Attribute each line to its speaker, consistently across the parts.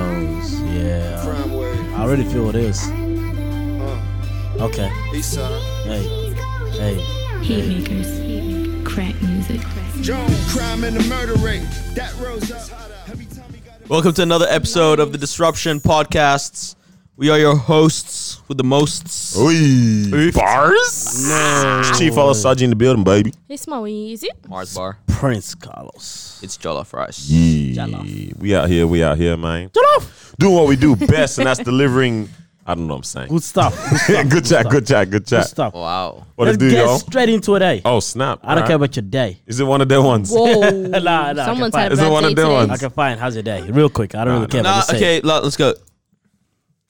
Speaker 1: Jones, yeah.
Speaker 2: Crime wave.
Speaker 1: I already feel this.
Speaker 2: Uh,
Speaker 1: Okay.
Speaker 2: east side.
Speaker 1: Hey. Hey.
Speaker 3: Heatmakers. Crack music.
Speaker 2: Joan, crime and the murder rate. That rose up. Every time he got a-
Speaker 4: Welcome to another episode of the Disruption Podcasts. We are your hosts with the mosts.
Speaker 5: Oi.
Speaker 4: Oof.
Speaker 5: Bars? Chief all Saji in the building, baby.
Speaker 6: It's more easy.
Speaker 4: Mars bar.
Speaker 1: Prince Carlos.
Speaker 4: It's Jollof Rice.
Speaker 5: Yeah. We out here, we out here, man. Doing what we do best, and that's delivering. I don't know what I'm
Speaker 1: Good stuff. Good stuff.
Speaker 5: saying. good chat, good chat, good
Speaker 1: Good
Speaker 5: chat.
Speaker 1: stuff.
Speaker 4: Wow.
Speaker 5: What
Speaker 1: Let's
Speaker 5: it do,
Speaker 1: get
Speaker 5: y'all?
Speaker 1: straight into it, eh?
Speaker 5: Oh, snap.
Speaker 1: I don't
Speaker 5: Alright.
Speaker 1: care about your day.
Speaker 5: Is it one of their ones?
Speaker 6: Whoa.
Speaker 1: Nah, nah,
Speaker 6: Someone's
Speaker 1: I
Speaker 6: had
Speaker 1: can
Speaker 6: a
Speaker 5: find- Is it
Speaker 6: bad
Speaker 5: one
Speaker 6: day
Speaker 5: of them
Speaker 6: today.
Speaker 5: ones?
Speaker 1: Okay, fine. How's your day? Real quick. I don't really care. but
Speaker 4: Nah,
Speaker 1: just say it.
Speaker 4: okay, let- let's go.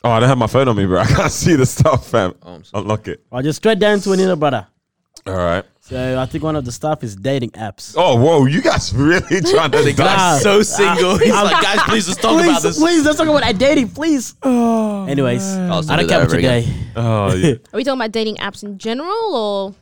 Speaker 5: Oh, I don't have my phone on me, bro. I can't see the stuff, fam.
Speaker 4: I'm sorry.
Speaker 5: Unlock it.
Speaker 1: I'll just straight down to another brother.
Speaker 5: All right.
Speaker 1: So I think one of the stuff is dating apps.
Speaker 5: Oh, whoa. You guys really trying to
Speaker 1: Nah.
Speaker 4: Guy's so single. He's like, guys, please let's talk about
Speaker 1: Please,
Speaker 4: this.
Speaker 1: please, let's talk about that dating, please. Anyways,
Speaker 4: Let's
Speaker 1: I don't
Speaker 4: do
Speaker 1: care about
Speaker 4: that over
Speaker 1: your
Speaker 4: again.
Speaker 1: day.
Speaker 5: Oh, yeah.
Speaker 6: Are we talking about dating apps in general or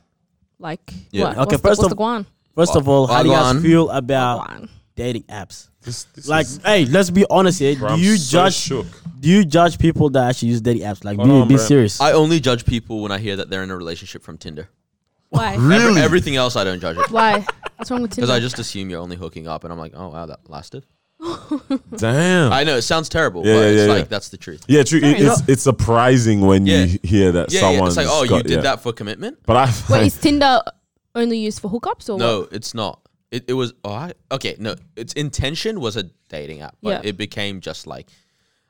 Speaker 6: like
Speaker 4: Yeah.
Speaker 6: what?
Speaker 1: Okay,
Speaker 6: what's
Speaker 1: first
Speaker 6: the,
Speaker 1: of- Uh,
Speaker 6: what's the one?
Speaker 1: First of all, how do you guys
Speaker 4: Wagwan.
Speaker 1: feel about
Speaker 6: One.
Speaker 1: dating apps?
Speaker 5: This- this
Speaker 1: Like,
Speaker 5: is-
Speaker 1: hey, let's be honest here. Do
Speaker 5: I'm
Speaker 1: you
Speaker 5: so
Speaker 1: judge?
Speaker 5: shook.
Speaker 1: Do you judge people that actually use dating apps? Like,
Speaker 5: Hold
Speaker 1: be,
Speaker 5: on,
Speaker 1: be
Speaker 5: bro.
Speaker 1: serious.
Speaker 4: I only judge people when I hear that they're in a relationship from Tinder.
Speaker 6: Why?
Speaker 4: Every-
Speaker 5: Really?
Speaker 4: everything else I don't judge it.
Speaker 6: Why? What's wrong with
Speaker 4: Because
Speaker 6: Tinder?
Speaker 4: I just assume you're only hooking up and I'm like, oh wow, that lasted.
Speaker 5: Damn.
Speaker 4: I know it sounds terrible,
Speaker 5: Yeah,
Speaker 4: but
Speaker 5: yeah,
Speaker 4: it's
Speaker 5: yeah,
Speaker 4: like
Speaker 5: yeah.
Speaker 4: that's the truth.
Speaker 5: Yeah, true. It, it's,
Speaker 1: enough.
Speaker 5: it's surprising when
Speaker 4: Yeah.
Speaker 5: you hear that
Speaker 4: Yeah, yeah.
Speaker 5: someone.
Speaker 4: It's like, oh, you
Speaker 5: got,
Speaker 4: did
Speaker 5: yeah.
Speaker 4: that for commitment?
Speaker 5: But I
Speaker 6: Wait,
Speaker 5: find-
Speaker 6: is Tinder only used for hookups or
Speaker 4: No, it's not. It, it was all right. Okay, no, its intention was a dating app, but
Speaker 6: Yeah.
Speaker 4: it became just like,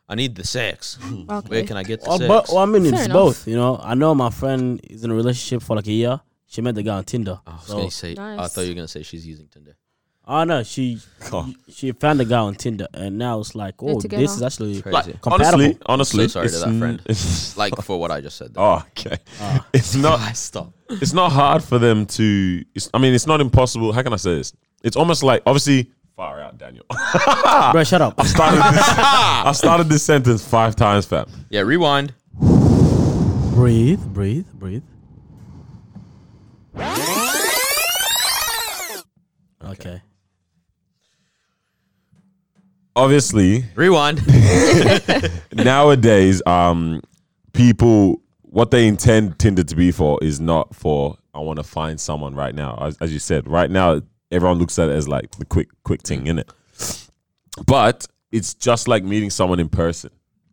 Speaker 4: I need the sex.
Speaker 6: what? Okay.
Speaker 4: Where can I get the
Speaker 1: Oh,
Speaker 4: sex?
Speaker 1: but well, I mean,
Speaker 6: Fair
Speaker 1: it's
Speaker 6: enough.
Speaker 1: both. You know, I know my friend is in a relationship for like a year. She met the guy on Tinder.
Speaker 4: Oh, I was
Speaker 1: so,
Speaker 4: gonna say. I
Speaker 6: Nice.
Speaker 4: thought you were gonna say she's using Tinder.
Speaker 1: I know she she found the guy on Tinder, and now it's like, oh,
Speaker 6: together.
Speaker 1: this is actually
Speaker 4: Crazy.
Speaker 1: like,
Speaker 4: Like,
Speaker 1: compatible.
Speaker 5: honestly, honestly,
Speaker 4: So sorry to
Speaker 5: it's
Speaker 4: that
Speaker 5: n-
Speaker 4: friend.
Speaker 5: it's-
Speaker 4: Like for what I just said.
Speaker 5: oh, okay. It's
Speaker 4: I
Speaker 5: not.
Speaker 4: stop.
Speaker 5: It's not hard for them to. It's, I mean, it's not impossible. How can I say this? It's almost like obviously far out, Daniel.
Speaker 1: Bro, shut up.
Speaker 5: started this, I started this sentence five times, fam.
Speaker 4: Yeah, rewind.
Speaker 1: breathe, breathe, breathe. Okay.
Speaker 5: Obviously,
Speaker 4: Rewind.
Speaker 5: nowadays, um, people what they intend Tinder to be for is not for I want to find someone right now. As, as you said, right now everyone looks at it as like the quick, quick thing in it. But it's just like meeting someone in person,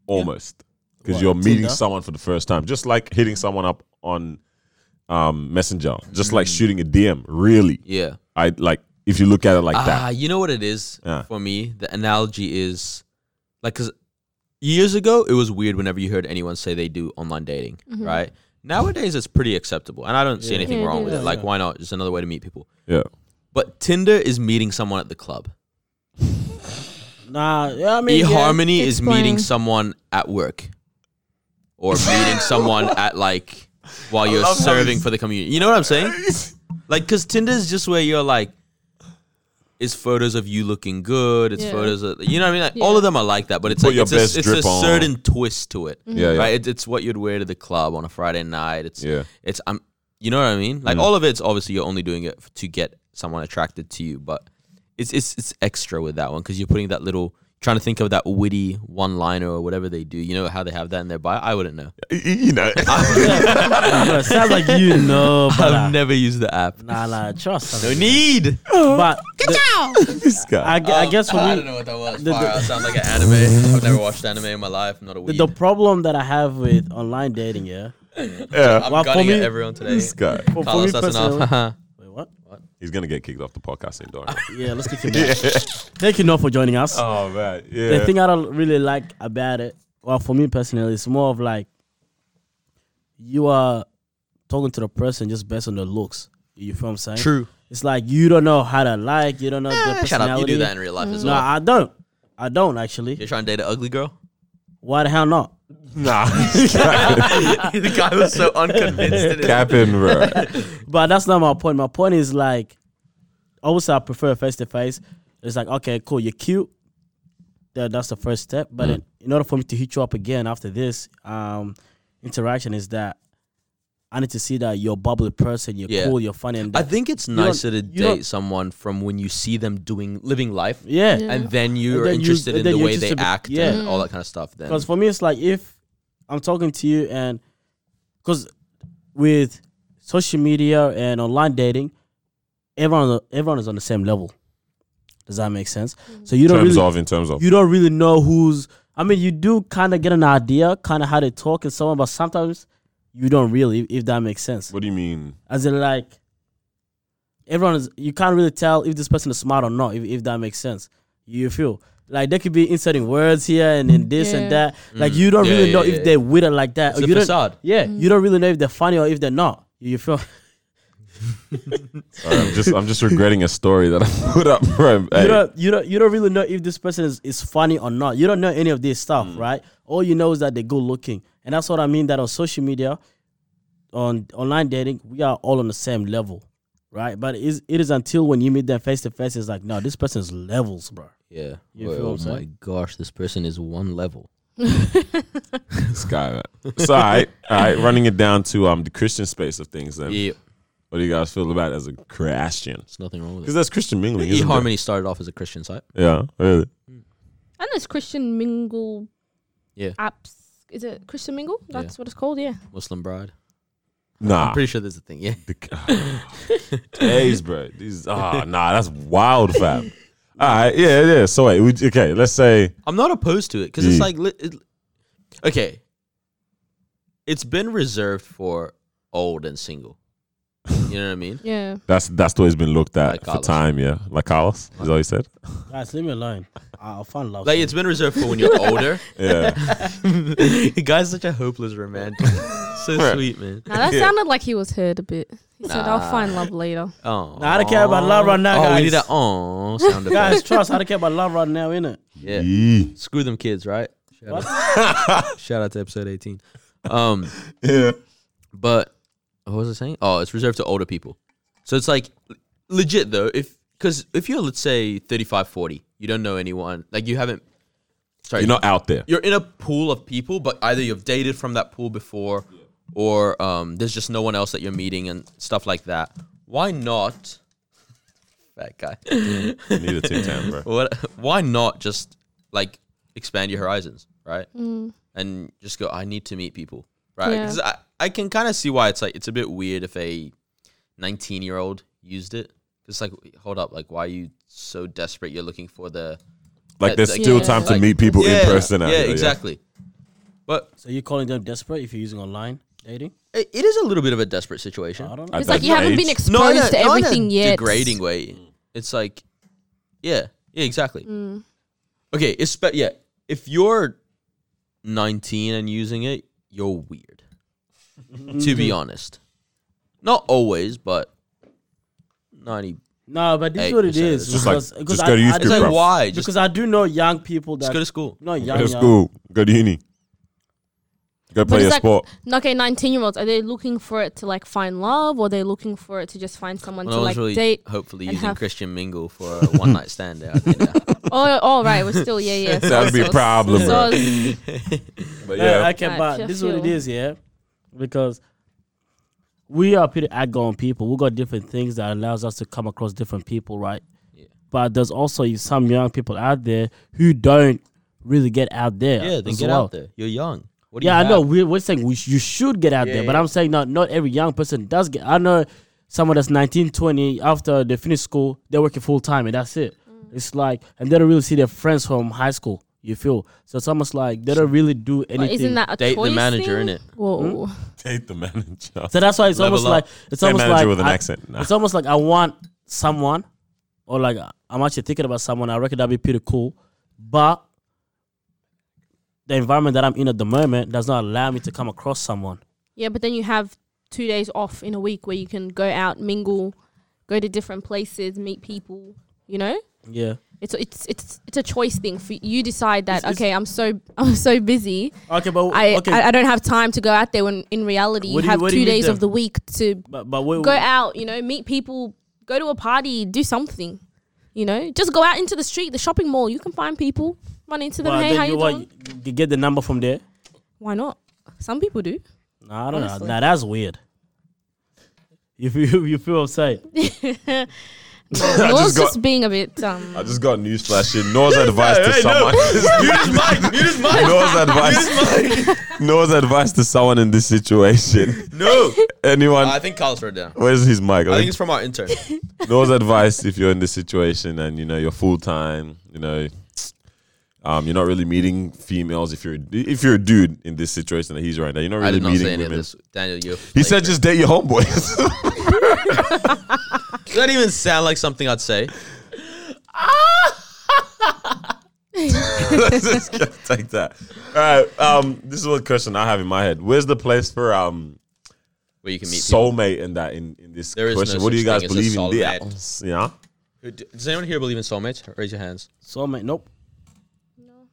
Speaker 5: almost, because
Speaker 1: What,
Speaker 5: you're meeting
Speaker 1: Tinder?
Speaker 5: someone for the first time. Just like hitting someone up on um, Messenger, just like
Speaker 1: Mm.
Speaker 5: shooting a DM. Really,
Speaker 4: yeah.
Speaker 5: I like if you look at it like
Speaker 4: Ah,
Speaker 5: that.
Speaker 4: you know what it is
Speaker 5: Yeah.
Speaker 4: for me. The analogy is like because years ago it was weird whenever you heard anyone say they do online dating, right? Nowadays it's pretty acceptable, and I don't see anything
Speaker 6: Mm-hmm. Yeah,
Speaker 4: wrong
Speaker 6: yeah,
Speaker 4: with it. Like, why not? It's another way to meet people.
Speaker 5: Yeah,
Speaker 4: But Tinder is meeting someone at the club.
Speaker 1: Nah, yeah, I mean, yeah.
Speaker 4: eHarmony is meeting
Speaker 6: Explain.
Speaker 4: someone at work or meeting someone at like while you're
Speaker 5: love how
Speaker 4: serving
Speaker 5: he's-
Speaker 4: for the community. You know what I'm saying? Like, because Tinder is just where you're like, it's photos of you looking good. It's
Speaker 6: Yeah.
Speaker 4: photos of, you know what I mean? Like, all of them are like that, but it's
Speaker 5: Put
Speaker 4: like,
Speaker 5: your
Speaker 4: it's a,
Speaker 5: best
Speaker 4: it's a
Speaker 5: drip on.
Speaker 4: certain twist to it.
Speaker 6: Mm-hmm.
Speaker 5: Yeah, yeah.
Speaker 4: Right? It, it's what you'd wear to the club on a Friday night. It's,
Speaker 5: Yeah.
Speaker 4: it's, I'm, you know what I mean?
Speaker 1: Mm.
Speaker 4: Like, all of it's obviously you're only doing it f- to get someone attracted to you, but it's it's it's extra with that one because you're putting that little trying to think of that witty one liner or whatever they do. You know how they have that in their bio? I wouldn't know.
Speaker 5: Y- y- you know.
Speaker 1: Bro, sounds like you know,
Speaker 4: I've
Speaker 1: but
Speaker 4: never used the app.
Speaker 1: nah, nah, trust.
Speaker 4: No need.
Speaker 1: But the-
Speaker 5: this guy.
Speaker 1: I, gu- I guess for
Speaker 4: I
Speaker 1: me,
Speaker 4: don't know what that was.
Speaker 1: the-
Speaker 4: Fire, I sound like an anime. I've never watched anime in my life. I'm not a
Speaker 1: the,
Speaker 4: weed.
Speaker 1: the problem that I have with online dating, yeah.
Speaker 5: yeah,
Speaker 4: I'm
Speaker 1: well, for
Speaker 4: gunning at
Speaker 1: me-
Speaker 4: everyone today.
Speaker 5: this guy.
Speaker 1: For, for me
Speaker 4: Carlos, that's
Speaker 1: personally,
Speaker 4: enough.
Speaker 1: wait, what?
Speaker 5: He's gonna get kicked off the podcast. Ain't doing
Speaker 1: Yeah, let's kick him out. Thank you, Noah, for joining us.
Speaker 5: Oh man, yeah.
Speaker 1: the thing I don't really like about it, well, for me personally, it's more of like you are talking to the person just based on their looks. You feel what I'm saying?
Speaker 4: True. Eh,
Speaker 1: It's like you don't know how to like, you don't know their
Speaker 4: Shut up.
Speaker 1: personality.
Speaker 4: You do that in real life as
Speaker 1: no,
Speaker 4: well.
Speaker 1: I don't. I don't actually.
Speaker 4: You're trying to date an ugly girl?
Speaker 1: Why the hell not?
Speaker 5: Nah,
Speaker 4: the guy was so unconvinced. in it.
Speaker 5: capping, bro.
Speaker 1: But that's not my point. My point is like, obviously, I prefer face to face. It's like, okay, cool, you're cute. That, that's the first step.
Speaker 4: Mm.
Speaker 1: But in, in order for me to hit you up again after this um, interaction, is that I need to see that you're a bubbly person, you're
Speaker 4: Yeah.
Speaker 1: cool, you're funny. And
Speaker 4: I
Speaker 1: that-
Speaker 4: think it's
Speaker 1: don't-
Speaker 4: nicer to
Speaker 1: you don't-
Speaker 4: date someone from when you see them doing living life,
Speaker 1: yeah,
Speaker 4: and then you
Speaker 1: And
Speaker 4: are
Speaker 1: then you-
Speaker 4: interested
Speaker 1: and
Speaker 4: in
Speaker 1: then
Speaker 4: the
Speaker 1: you're
Speaker 4: way they
Speaker 1: interested be-
Speaker 4: act
Speaker 1: yeah.
Speaker 4: and all that kind of stuff. Then
Speaker 1: Because for me, it's like if I'm talking to you and because with social media and online dating, everyone everyone is on the same level. Does that make sense? So you
Speaker 5: in
Speaker 1: don't
Speaker 5: terms
Speaker 1: really
Speaker 5: of, in terms of.
Speaker 1: you don't really know who's. I mean, you do kind of get an idea, kind of how they talk and so on, but sometimes you don't really, if that makes sense.
Speaker 5: what do you mean?
Speaker 1: As in, like everyone is, you can't really tell if this person is smart or not, if, if that makes sense. You feel like they could be inserting words here and, and this and
Speaker 6: Yeah.
Speaker 1: that. Like you don't
Speaker 4: Mm. Yeah,
Speaker 1: really
Speaker 4: yeah,
Speaker 1: know
Speaker 4: yeah,
Speaker 1: if
Speaker 4: yeah.
Speaker 1: they're with it like that.
Speaker 4: It's a
Speaker 1: you don't-
Speaker 4: facade.
Speaker 1: Yeah, you don't really know if they're funny or if they're not. You, you feel?
Speaker 5: Sorry, I'm just I'm just regretting a story that I put up, bro. Hey,
Speaker 1: you don't you don't you don't really know if this person is, is funny or not. You don't know any of this stuff, right? All you know is that they're good looking. And that's what I mean that on social media, on online dating, we are all on the same level. Right? But it is it is until when you meet them face to face, it's like, no, this person is levels, bro.
Speaker 4: yeah,
Speaker 1: You
Speaker 4: Well,
Speaker 1: feel what
Speaker 4: oh
Speaker 1: I'm
Speaker 4: my
Speaker 1: saying?
Speaker 4: gosh, this person is one level.
Speaker 5: this guy, man. So, all right, all right, running it down to um the Christian space of things. Then,
Speaker 4: Yeah,
Speaker 5: what do you guys feel about it as a Christian?
Speaker 4: there's nothing wrong with
Speaker 5: Because
Speaker 4: it.
Speaker 5: that's Christian mingling, isn't it?
Speaker 4: eHarmony E started off as a Christian site.
Speaker 5: Yeah, really.
Speaker 6: And there's Christian Mingle
Speaker 4: Yeah.
Speaker 6: apps. Is it Christian Mingle?
Speaker 4: Yeah.
Speaker 6: That's what it's called, yeah.
Speaker 4: Muslim bride.
Speaker 5: Nah,
Speaker 4: Pretty sure there's a thing. Yeah,
Speaker 5: days, bro. These ah, nah, that's wild, fam. All right, yeah, yeah. So wait, we, okay, let's say
Speaker 4: I'm not opposed to it because it's
Speaker 5: Yeah.
Speaker 4: like, li- it, okay, it's been reserved for old and single. You know what I mean?
Speaker 6: Yeah.
Speaker 5: that's that's the way it's been looked at
Speaker 4: Like
Speaker 5: for
Speaker 4: Carlos.
Speaker 5: time. Yeah, like Carlos is that what you said.
Speaker 1: Guys, leave me alone. I'll find love.
Speaker 4: Like it's been reserved for when you're older.
Speaker 5: Yeah,
Speaker 4: the guy's such a hopeless romantic. so sweet, man.
Speaker 6: Now that sounded like he was hurt a bit. He said, I'll find love later.
Speaker 4: Oh,
Speaker 1: Nah, I don't care about love right now,
Speaker 4: oh,
Speaker 1: guys.
Speaker 4: we need that oh sound
Speaker 1: Guys,
Speaker 4: effect.
Speaker 1: trust, I don't care about love right now, innit?
Speaker 4: Yeah.
Speaker 5: yeah.
Speaker 4: Screw them kids, right? Shout out, shout out to episode 18. Um,
Speaker 5: yeah.
Speaker 4: but what was I saying? Oh, it's reserved to older people. So it's like legit though. If because if you're let's say 35, 40, you don't know anyone. Like you haven't. Sorry,
Speaker 5: You're not out there.
Speaker 4: you're in a pool of people, but either you've dated from that pool before, or um, there's just no one else that you're meeting and stuff like that. Why not? That guy.
Speaker 5: You need a two ten, bro.
Speaker 4: what? Why not just like expand your horizons, right? And just go. I need to meet people, right?
Speaker 6: Yeah.
Speaker 4: Because I, I can kind of see why it's like it's a bit weird if a 19 year old used it. It's like, hold up, like why are you so desperate? You're looking for the
Speaker 5: Like there's
Speaker 4: Like-
Speaker 5: still
Speaker 6: Yeah.
Speaker 5: time to
Speaker 4: Like-
Speaker 5: meet people
Speaker 4: yeah,
Speaker 5: in person. out
Speaker 4: Yeah,
Speaker 5: there,
Speaker 4: exactly. But
Speaker 1: So you're calling them desperate if you're using online dating?
Speaker 4: It, it is a little bit of a desperate situation.
Speaker 1: I don't know.
Speaker 5: At
Speaker 6: It's like
Speaker 5: that
Speaker 6: you haven't been
Speaker 5: age.
Speaker 6: exposed
Speaker 4: Not in a-
Speaker 6: to
Speaker 4: not in a
Speaker 6: everything yet.
Speaker 4: Degrading way.
Speaker 1: Mm.
Speaker 4: It's like, yeah, yeah, exactly.
Speaker 6: Mm.
Speaker 4: Okay, it's spe- yeah. If you're 19 and using it, you're weird. to be honest, not always, but 90.
Speaker 1: No, but this is
Speaker 4: Hey,
Speaker 1: what it
Speaker 4: so
Speaker 1: is.
Speaker 5: Just like
Speaker 1: because- because
Speaker 5: just go to youth
Speaker 1: I,
Speaker 5: group,
Speaker 4: It's like
Speaker 5: bro.
Speaker 4: why? Just,
Speaker 1: because I do know young people that
Speaker 4: just go to school.
Speaker 1: not young,
Speaker 5: Go to
Speaker 1: young.
Speaker 5: school. Go to uni. Go
Speaker 6: But
Speaker 5: play your
Speaker 6: it's like,
Speaker 5: sport.
Speaker 6: okay, 19 year olds, are they looking for it to like find love or are they looking for it to just find someone
Speaker 4: When I
Speaker 6: to
Speaker 4: was
Speaker 6: like
Speaker 4: really
Speaker 6: date?
Speaker 4: hopefully
Speaker 6: and
Speaker 4: using
Speaker 6: have-
Speaker 4: Christian Mingle for a one night stand there. I think that-
Speaker 6: Oh, oh, right. We're still, yeah, yeah.
Speaker 5: That would be a
Speaker 6: Soz,
Speaker 5: problem, bro.
Speaker 6: soz.
Speaker 4: uh,
Speaker 5: But
Speaker 1: Yeah,
Speaker 5: yeah,
Speaker 1: okay,
Speaker 6: Right,
Speaker 1: but
Speaker 6: sure,
Speaker 1: this is what it
Speaker 6: sure.
Speaker 1: is, yeah. Because we are pretty outgoing people. We got different things that allows us to come across different people, right?
Speaker 4: Yeah.
Speaker 1: But there's also some young people out there who don't really get out there.
Speaker 4: yeah, then
Speaker 1: as
Speaker 4: get
Speaker 1: well.
Speaker 4: out there. You're young. What do
Speaker 1: Yeah,
Speaker 4: you
Speaker 1: I
Speaker 4: have?
Speaker 1: know. We're, we're saying we sh- you should get out there, but I'm saying not not every young person does get. I know someone that's 19, 20, after they finish school, they're working full time, and that's it.
Speaker 6: Mm.
Speaker 1: It's like, and they don't really see their friends from high school. You feel so it's almost like they don't really do
Speaker 6: But
Speaker 1: anything.
Speaker 6: isn't that a
Speaker 4: Date the
Speaker 6: choice
Speaker 4: manager,
Speaker 6: thing?
Speaker 4: innit?
Speaker 6: Whoa.
Speaker 5: date the manager.
Speaker 1: So that's why it's
Speaker 4: Level
Speaker 1: almost
Speaker 4: up.
Speaker 1: like it's
Speaker 5: Same
Speaker 1: almost
Speaker 5: manager
Speaker 1: like
Speaker 5: with an
Speaker 1: I-
Speaker 5: accent. Nah.
Speaker 1: It's almost like I want someone, or like I'm actually thinking about someone. I reckon that'd be pretty cool, but the environment that I'm in at the moment does not allow me to come across someone.
Speaker 6: Yeah, but then you have two days off in a week where you can go out, mingle, go to different places, meet people. You know,
Speaker 1: Yeah.
Speaker 6: it's it's it's it's a choice thing for you. Decide that
Speaker 1: It's- it's-
Speaker 6: okay, I'm so I'm so busy,
Speaker 1: Okay, but
Speaker 6: I,
Speaker 1: okay,
Speaker 6: I I don't have time to go out there. When in reality, you
Speaker 1: What do you-
Speaker 6: have
Speaker 1: what do
Speaker 6: two
Speaker 1: you meet
Speaker 6: days
Speaker 1: them?
Speaker 6: of the week to
Speaker 1: but but wait,
Speaker 6: go out. You know, meet people, go to a party, do something. You know, just go out into the street, the shopping mall. You can find people, run into them.
Speaker 1: well,
Speaker 6: hey,
Speaker 1: then
Speaker 6: how you
Speaker 1: what,
Speaker 6: doing?
Speaker 1: you get the number from there.
Speaker 6: Why not? Some people do.
Speaker 1: Nah, I don't
Speaker 6: Honestly.
Speaker 1: know. Nah, that's weird. You feel you feel upset.
Speaker 5: I
Speaker 6: Noah's
Speaker 5: just
Speaker 6: just,
Speaker 5: got-
Speaker 6: being a bit. Um,
Speaker 5: I just got news flashing. Noah's advice to someone. Noah's advice. Noah's advice to someone in this situation.
Speaker 4: No,
Speaker 5: Anyone?
Speaker 4: I think Carlos wrote it down.
Speaker 5: where's his mic?
Speaker 4: I think it's from our intern.
Speaker 5: Noah's advice if you're in this situation and you know you're full time, you know, um, you're not really meeting females. If you're if you're a dude in this situation that he's right now, you're not
Speaker 4: I
Speaker 5: really
Speaker 4: did not
Speaker 5: meeting
Speaker 4: say any of
Speaker 5: women.
Speaker 4: this. Daniel, you.
Speaker 5: He said just date your homeboys.
Speaker 4: Does that even sound like something I'd say?
Speaker 5: Let's just get- take that. All right. Um, this is what question I have in my head. Where's the place for um
Speaker 4: Where you can meet people.
Speaker 5: soulmate in that in, in this
Speaker 4: There is no
Speaker 5: question? what do
Speaker 4: such
Speaker 5: you guys
Speaker 4: thing as a
Speaker 5: believe in? Yeah.
Speaker 4: soulmate.
Speaker 5: Yeah.
Speaker 4: Who- d- Does anyone here believe in soulmates? Raise your hands.
Speaker 1: So man, nope.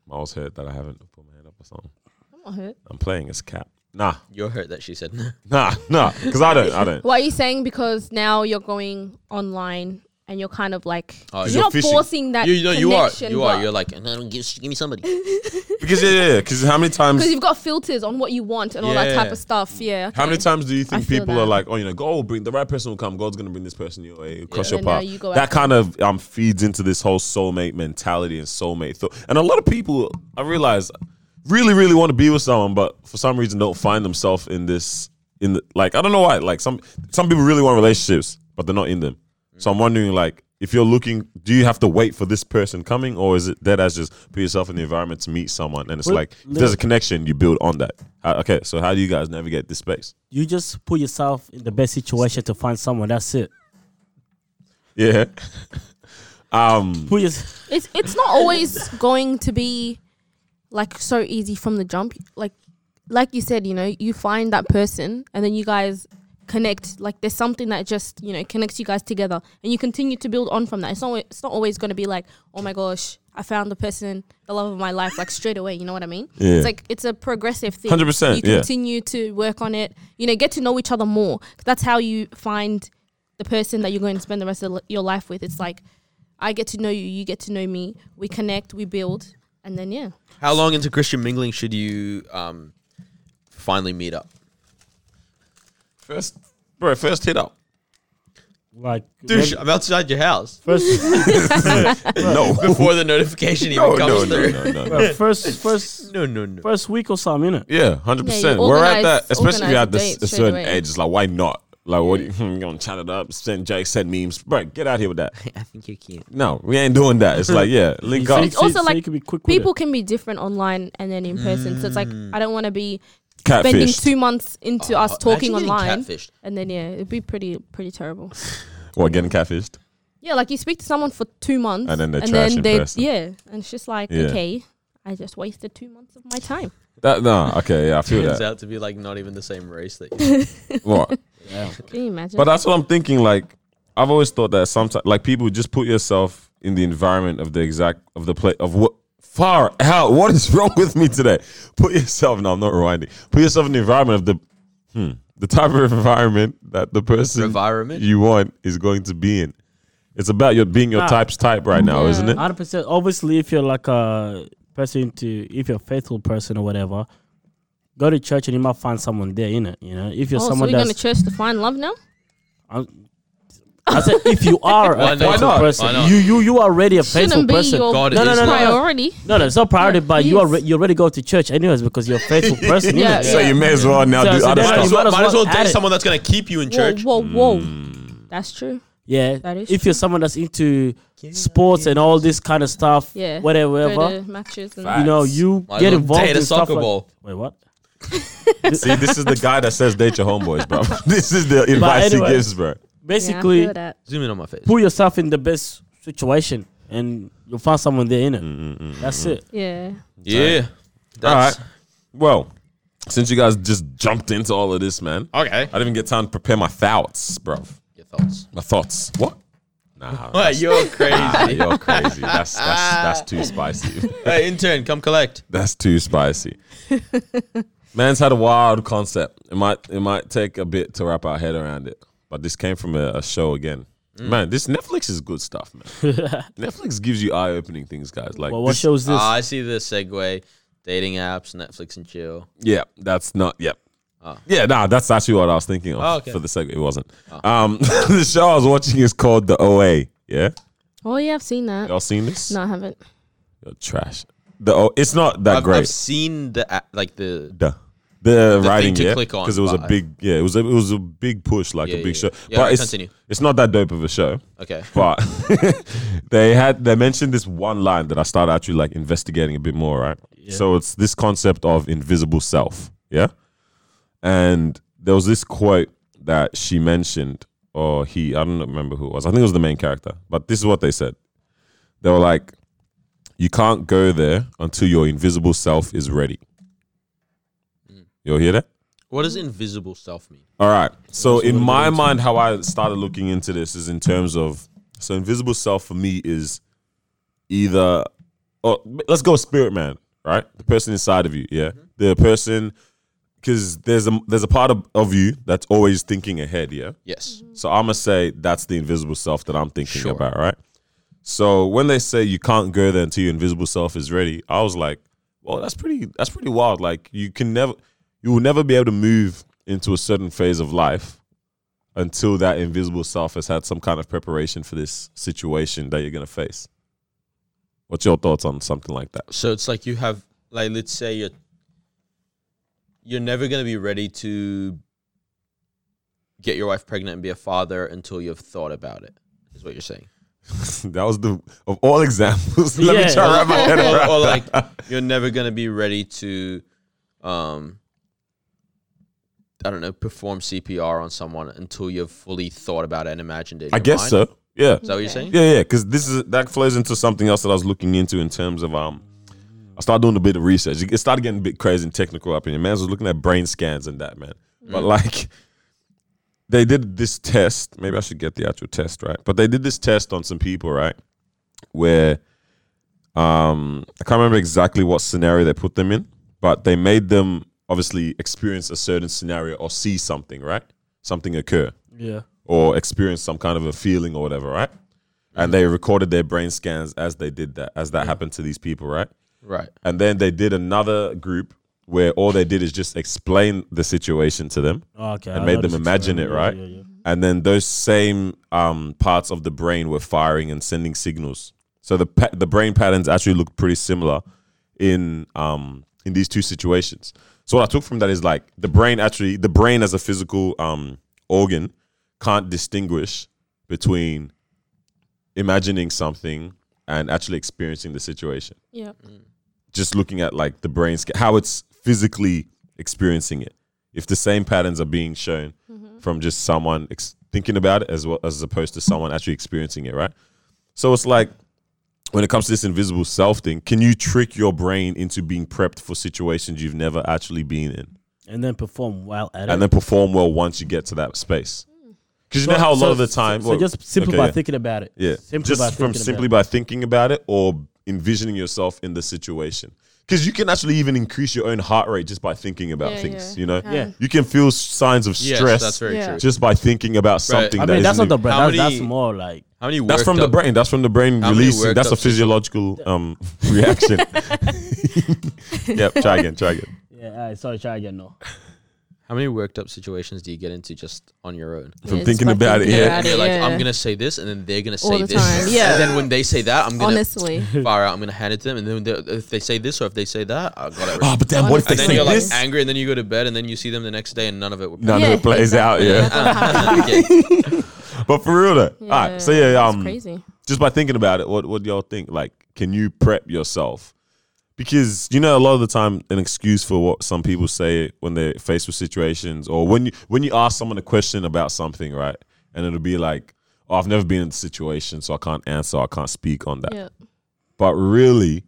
Speaker 5: Miles heard that I haven't put my hand up or something.
Speaker 6: I'm not hurt.
Speaker 5: I'm playing as cap. Nah,
Speaker 4: You're hurt that she said.
Speaker 5: nah, nah. Because I don't, I don't.
Speaker 6: What are you saying? Because now you're going online and you're kind of like
Speaker 4: Oh,
Speaker 6: you're,
Speaker 4: you're
Speaker 6: not
Speaker 5: fishing.
Speaker 6: forcing that.
Speaker 4: you, you, know, you are. You are. You're
Speaker 6: because
Speaker 4: like, no, give, give me somebody.
Speaker 5: Because yeah, yeah. Because how many times?
Speaker 6: you've got filters on what you want and all that type
Speaker 5: Yeah.
Speaker 6: of stuff. Yeah.
Speaker 5: How many times do you think
Speaker 6: feel
Speaker 5: people
Speaker 6: that.
Speaker 5: are like, oh, you know, God will bring the right person will come. God's gonna bring this person your way, cross
Speaker 6: Yeah.
Speaker 5: your
Speaker 6: And now
Speaker 5: path.
Speaker 6: you go
Speaker 5: that
Speaker 6: out.
Speaker 5: kind of um feeds into this whole soulmate mentality and soulmate thought. And a lot of people, I realize, really, really want to be with someone, but for some reason don't find themselves in this. In the, like, I don't know why. Like some some people really want relationships, but they're not in them. So I'm wondering, like, if you're looking, do you have to wait for this person coming, or is it that as just put yourself in the environment to meet someone? And it's
Speaker 1: Well,
Speaker 5: like if there's a connection, you build on that. Uh, okay, so how do you guys navigate this space?
Speaker 1: You just put yourself in the best situation to find someone. That's it.
Speaker 5: Yeah. Um.
Speaker 1: Put your
Speaker 6: It's it's not always going to be like so easy from the jump. Like like you said, you know, you find that person and then you guys connect. Like there's something that just you know connects you guys together, and you continue to build on from that. It's not al- it's not always going to be like, oh my gosh, I found the person, the love of my life, like straight away. You know what I mean?
Speaker 5: Yeah.
Speaker 6: It's like it's a progressive thing.
Speaker 5: 100%,
Speaker 6: You
Speaker 5: yeah.
Speaker 6: continue to work on it. You know, get to know each other more. That's how you find the person that you're going to spend the rest of li- your life with. It's like I get to know you, you get to know me. We connect, we build, and then yeah.
Speaker 4: How long into Christian mingling should you um, finally meet up?
Speaker 5: First, bro. First hit up.
Speaker 1: like
Speaker 4: Dude,
Speaker 1: maybe
Speaker 4: I'm outside your house
Speaker 1: first,
Speaker 5: No.
Speaker 4: before the notification even
Speaker 5: No,
Speaker 4: comes
Speaker 5: Oh, no, no,
Speaker 4: through.
Speaker 5: no, no, no.
Speaker 1: well, uh, first, first,
Speaker 4: No, no, no.
Speaker 1: first week or something, innit?
Speaker 5: Yeah, hundred
Speaker 6: Yeah,
Speaker 5: percent.
Speaker 6: you
Speaker 5: We're at
Speaker 6: organise-
Speaker 5: that, especially if you're
Speaker 6: organise
Speaker 5: at
Speaker 6: the
Speaker 5: this,
Speaker 6: date
Speaker 5: a
Speaker 6: straight
Speaker 5: certain
Speaker 6: away.
Speaker 5: age. It's like, why not? Like, what? You, you gonna chat it up, send jokes, send memes, bro. Get out here with that.
Speaker 4: I think you're cute.
Speaker 5: No, we ain't doing that. It's like, yeah, link
Speaker 1: So
Speaker 5: up.
Speaker 1: you-
Speaker 6: It's also
Speaker 1: so you
Speaker 6: like
Speaker 1: can be quick with
Speaker 6: People
Speaker 1: it.
Speaker 6: can be different online and then in person. So it's like I don't want to be spending
Speaker 5: Mm. Catfish.
Speaker 6: two months into us talking
Speaker 4: Uh, imagine getting
Speaker 6: online,
Speaker 4: catfished.
Speaker 6: and then yeah, it'd be pretty pretty terrible.
Speaker 5: What getting catfished?
Speaker 6: yeah, like you speak to someone for two months,
Speaker 5: And then they're trash in
Speaker 6: they
Speaker 5: person.
Speaker 6: yeah, and it's just like
Speaker 5: Yeah.
Speaker 6: okay, I just wasted two months of my time.
Speaker 5: That no. Okay, yeah, I feel
Speaker 4: Turns
Speaker 5: that.
Speaker 4: out to be like not even the same race that you.
Speaker 5: What?
Speaker 6: Can you imagine?
Speaker 5: But that's what I'm thinking. Like, I've always thought that sometimes, like, people just put yourself in the environment of the exact of the place of what far hell. What is wrong with me today? Put yourself. No, I'm not rewinding. Put yourself in the environment of the hmm, the type of environment that the person
Speaker 4: Environment?
Speaker 5: you want is going to be in. It's about your being your
Speaker 1: Ah.
Speaker 5: type's type right now, isn't it?
Speaker 1: Hundred percent. Obviously, if you're like a person to, if you're a faithful person or whatever, go to church and you might find someone there, innit? You know, if you're
Speaker 6: oh, so
Speaker 1: someone
Speaker 6: we're going to
Speaker 1: that's,
Speaker 6: church to find love now?
Speaker 1: I'm- I said, if you are
Speaker 4: Why
Speaker 1: a
Speaker 4: not?
Speaker 1: faithful
Speaker 4: Why
Speaker 1: person,
Speaker 4: not?
Speaker 1: you you you are already a faithful
Speaker 6: Shouldn't be
Speaker 1: person.
Speaker 6: your
Speaker 4: God
Speaker 1: no, no,
Speaker 4: is
Speaker 1: no, no, no,
Speaker 6: priority.
Speaker 1: no, no, it's not priority,
Speaker 6: Yeah,
Speaker 1: but you are
Speaker 6: yes.
Speaker 1: re- you already go to church anyways because you're a faithful person.
Speaker 6: Yeah,
Speaker 1: innit?
Speaker 5: So you may as well now
Speaker 1: So-
Speaker 5: do
Speaker 1: so
Speaker 5: other
Speaker 1: then
Speaker 5: stuff.
Speaker 1: you might as
Speaker 4: Might as well
Speaker 1: well add
Speaker 4: date
Speaker 1: it.
Speaker 4: someone that's gonna keep you in church.
Speaker 6: Whoa, whoa, whoa! That's true.
Speaker 1: Yeah,
Speaker 6: That is
Speaker 1: if you're someone that's into sports and all this kind of stuff,
Speaker 6: Yeah,
Speaker 1: whatever,
Speaker 6: Go to
Speaker 1: whatever,
Speaker 6: matches and
Speaker 1: you know, you
Speaker 4: Might as
Speaker 1: get
Speaker 4: well
Speaker 1: involved
Speaker 4: date a
Speaker 1: in stuff
Speaker 4: soccer
Speaker 1: like-
Speaker 4: ball.
Speaker 1: Wait, what?
Speaker 5: See, this is the guy that says date your homeboys, bro. this is the advice
Speaker 1: anyway.
Speaker 5: he gives, bro.
Speaker 1: Basically,
Speaker 4: Zoom in on my face.
Speaker 1: put yourself in the best situation and you'll find someone there in it.
Speaker 4: Mm,
Speaker 1: That's it.
Speaker 6: yeah.
Speaker 4: Yeah.
Speaker 5: All right.
Speaker 4: That's
Speaker 5: Well, since you guys just jumped into all of this, man, I
Speaker 4: okay.
Speaker 5: didn't even get time to prepare my thoughts, bro.
Speaker 4: Your thoughts.
Speaker 5: My thoughts. What? Nah,
Speaker 4: What? You're
Speaker 5: nah,
Speaker 4: crazy.
Speaker 5: you're crazy. That's that's that's too spicy.
Speaker 4: hey, intern, come collect.
Speaker 5: That's too spicy. Man's had a wild concept. It might it might take a bit to wrap our head around it, but this came from a, a show again.
Speaker 1: Mm.
Speaker 5: Man, this Netflix is good stuff, man. Netflix gives you eye-opening things, guys. Like,
Speaker 1: Well, what
Speaker 5: this-
Speaker 1: show is this?
Speaker 4: Ah, I see the segue. Dating apps, Netflix and chill.
Speaker 5: yeah, that's not. Yep, Yeah, nah, that's actually what I was thinking of.
Speaker 4: Ah. Oh, okay. Ah.
Speaker 5: For the sake, it wasn't. Um, the show I was watching is called The OA. Yeah,
Speaker 6: Oh yeah, I've seen that.
Speaker 5: y'all seen this?
Speaker 6: No, I haven't.
Speaker 5: You're trash. The O it's not that
Speaker 4: I've,
Speaker 5: great.
Speaker 4: I've seen the a- like the
Speaker 5: the the,
Speaker 4: thing
Speaker 5: writing
Speaker 4: to
Speaker 5: yeah,
Speaker 4: click on,
Speaker 5: because it was a
Speaker 4: but I-
Speaker 5: big yeah, it was a, it was a big push, like
Speaker 4: Yeah,
Speaker 5: a
Speaker 4: yeah,
Speaker 5: big show.
Speaker 4: yeah. Yeah, alright,
Speaker 5: it's
Speaker 4: continue.
Speaker 5: it's not that dope of a show.
Speaker 4: okay.
Speaker 5: But they had they mentioned this one line that I started actually like investigating a bit more, right? So it's this concept of invisible self, yeah. And there was this quote that she mentioned, or he, I don't remember who it was. I think it was the main character, but this is what they said. They were like, "You can't go there until your invisible self is ready." You'll hear that.
Speaker 4: What does invisible self mean?
Speaker 5: All right. So in my mind, how I started looking into this is in terms of so invisible self for me is either or let's go spirit man, right? The person inside of you, yeah. The person because there's a there's a part of, of you that's always thinking ahead, yeah.
Speaker 4: Yes.
Speaker 5: So I'm gonna say that's the invisible self that I'm thinking
Speaker 4: Sure.
Speaker 5: about, right? So when they say you can't go there until your invisible self is ready, I was like, well, that's pretty that's pretty wild. Like you can never you will never be able to move into a certain phase of life until that invisible self has had some kind of preparation for this situation that you're gonna face. What's your thoughts on something like that?
Speaker 4: So it's like you have like let's say you're you're never gonna be ready to get your wife pregnant and be a father until you've thought about it. Is what you're saying.
Speaker 5: that was the of all examples. Let me
Speaker 1: Yeah.
Speaker 5: try to wrap my head
Speaker 4: or,
Speaker 5: around.
Speaker 4: or like you're never gonna be ready to um I don't know, perform CPR on someone until you've fully thought about it and imagined it. in
Speaker 5: I
Speaker 4: your
Speaker 5: guess
Speaker 4: mind?
Speaker 5: so. Yeah.
Speaker 4: Is that what you're saying?
Speaker 5: Yeah, yeah, because this is that flows into something else that I was looking into in terms of um, I started doing a bit of research. It started getting a bit crazy and technical up in here. Man, I was looking at brain scans and that, man. But like, they did this test. Maybe I should get the actual test right. But they did this test on some people, right? Where um, I can't remember exactly what scenario they put them in, but they made them obviously experience a certain scenario or see something, right? Something occur
Speaker 1: Yeah.
Speaker 5: or experienced some kind of a feeling or whatever, right? And they recorded their brain scans as they did that, as that happened to these people, right?
Speaker 4: Right.
Speaker 5: And then they did another group where all they did is just explain the situation to them
Speaker 1: Oh, okay.
Speaker 5: and
Speaker 1: I know
Speaker 5: made them
Speaker 1: this
Speaker 5: imagine it,
Speaker 1: experiment.
Speaker 5: right?
Speaker 1: Yeah, yeah, yeah.
Speaker 5: And then those same um, parts of the brain were firing and sending signals. So the pa- the brain patterns actually looked pretty similar in um, in these two situations. So what I took from that is like the brain actually the brain as a physical um, organ can't distinguish between imagining something and actually experiencing the situation
Speaker 6: Yeah.
Speaker 5: just looking at like the brain scan, how it's physically experiencing it. If the same patterns are being shown from just someone ex- thinking about it as well as opposed to someone actually experiencing it, right? So it's like when it comes to this invisible self thing, can you trick your brain into being prepped for situations you've never actually been in,
Speaker 1: And then perform while at it.
Speaker 5: and then perform well once you get to that space? Because you know how a lot
Speaker 1: So-
Speaker 5: of the time,
Speaker 1: So, so
Speaker 5: well,
Speaker 1: just simply
Speaker 5: okay,
Speaker 1: by
Speaker 5: yeah.
Speaker 1: thinking about it.
Speaker 5: Yeah.
Speaker 1: Simply by
Speaker 5: just from
Speaker 1: thinking
Speaker 5: simply
Speaker 1: about
Speaker 5: by thinking about it or envisioning yourself in the situation. Because you can actually even increase your own heart rate just by thinking about
Speaker 6: Yeah,
Speaker 5: things,
Speaker 6: yeah.
Speaker 5: you know?
Speaker 1: Yeah.
Speaker 5: You can feel s- signs of
Speaker 4: Yes,
Speaker 5: stress
Speaker 4: that's very
Speaker 6: Yeah.
Speaker 4: true.
Speaker 5: just by thinking about something
Speaker 1: I
Speaker 5: that
Speaker 1: mean, that's
Speaker 5: isn't
Speaker 1: not the
Speaker 5: even-
Speaker 1: brain.
Speaker 4: How
Speaker 1: That's, that's
Speaker 4: many-
Speaker 1: more like
Speaker 4: How many
Speaker 5: That's
Speaker 4: worked
Speaker 5: from the
Speaker 4: up-
Speaker 5: brain. That's from the brain
Speaker 4: How many
Speaker 5: releasing.
Speaker 4: worked
Speaker 5: That's
Speaker 4: up
Speaker 5: a physiological um, reaction. yep, try again, try again.
Speaker 1: yeah. all right, sorry, try again. No.
Speaker 4: How many worked up situations do you get into just on your own?
Speaker 5: From thinking about it, yeah.
Speaker 4: And you're like, I'm gonna say this, and then they're gonna say
Speaker 6: All the
Speaker 4: this.
Speaker 6: time, yeah.
Speaker 4: And then when they say that, I'm gonna
Speaker 6: Honestly.
Speaker 4: fire out. I'm gonna hand it to them, and then they- if they say this or if they say that, I got it.
Speaker 5: Oh, but then what if they
Speaker 4: and then
Speaker 5: say
Speaker 4: you're
Speaker 5: this?
Speaker 4: like angry, and then you go to bed, and then you see them the next day, and none of it. Will
Speaker 5: None of
Speaker 6: Yeah,
Speaker 5: it plays out, yeah.
Speaker 4: Okay.
Speaker 5: But for real though, all right. So yeah,
Speaker 6: that's
Speaker 5: um,
Speaker 6: crazy.
Speaker 5: just by thinking about it, what what do y'all think? Like, can you prep yourself? Because you know, a lot of the time, an excuse for what some people say when they're faced with situations, or when you when you ask someone a question about something, right, and it'll be like, "Oh, I've never been in the situation, so I can't answer, I can't speak on that."
Speaker 6: Yeah.
Speaker 5: But really,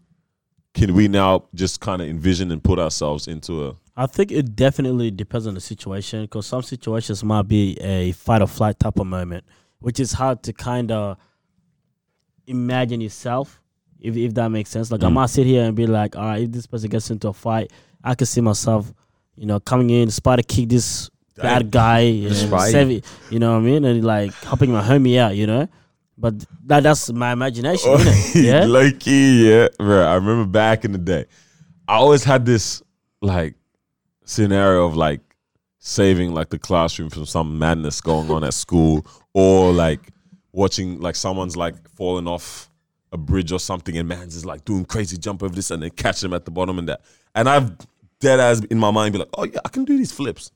Speaker 5: can we now just kind of envision and put ourselves into a
Speaker 1: I think it definitely depends on the situation because some situations might be a fight or flight type of moment, which is hard to kind of imagine yourself, if, if that makes sense. Like, I might sit here and be like, all right, if this person gets into a fight, I could see myself, you know, coming in, spider kick this bad guy, and
Speaker 4: Spidey.
Speaker 1: save it, you know what I mean? And like helping my homie out, you know? But that, that's my imagination,
Speaker 5: Oh,
Speaker 1: innit? Yeah.
Speaker 5: low key, yeah, bro. I remember back in the day, I always had this like scenario of like saving like the classroom from some madness going on at school or like watching like someone's like falling off a bridge or something and man's just like doing crazy jump over this and then catch them at the bottom and that. And I've dead as in my mind be like, oh yeah, I can do these flips.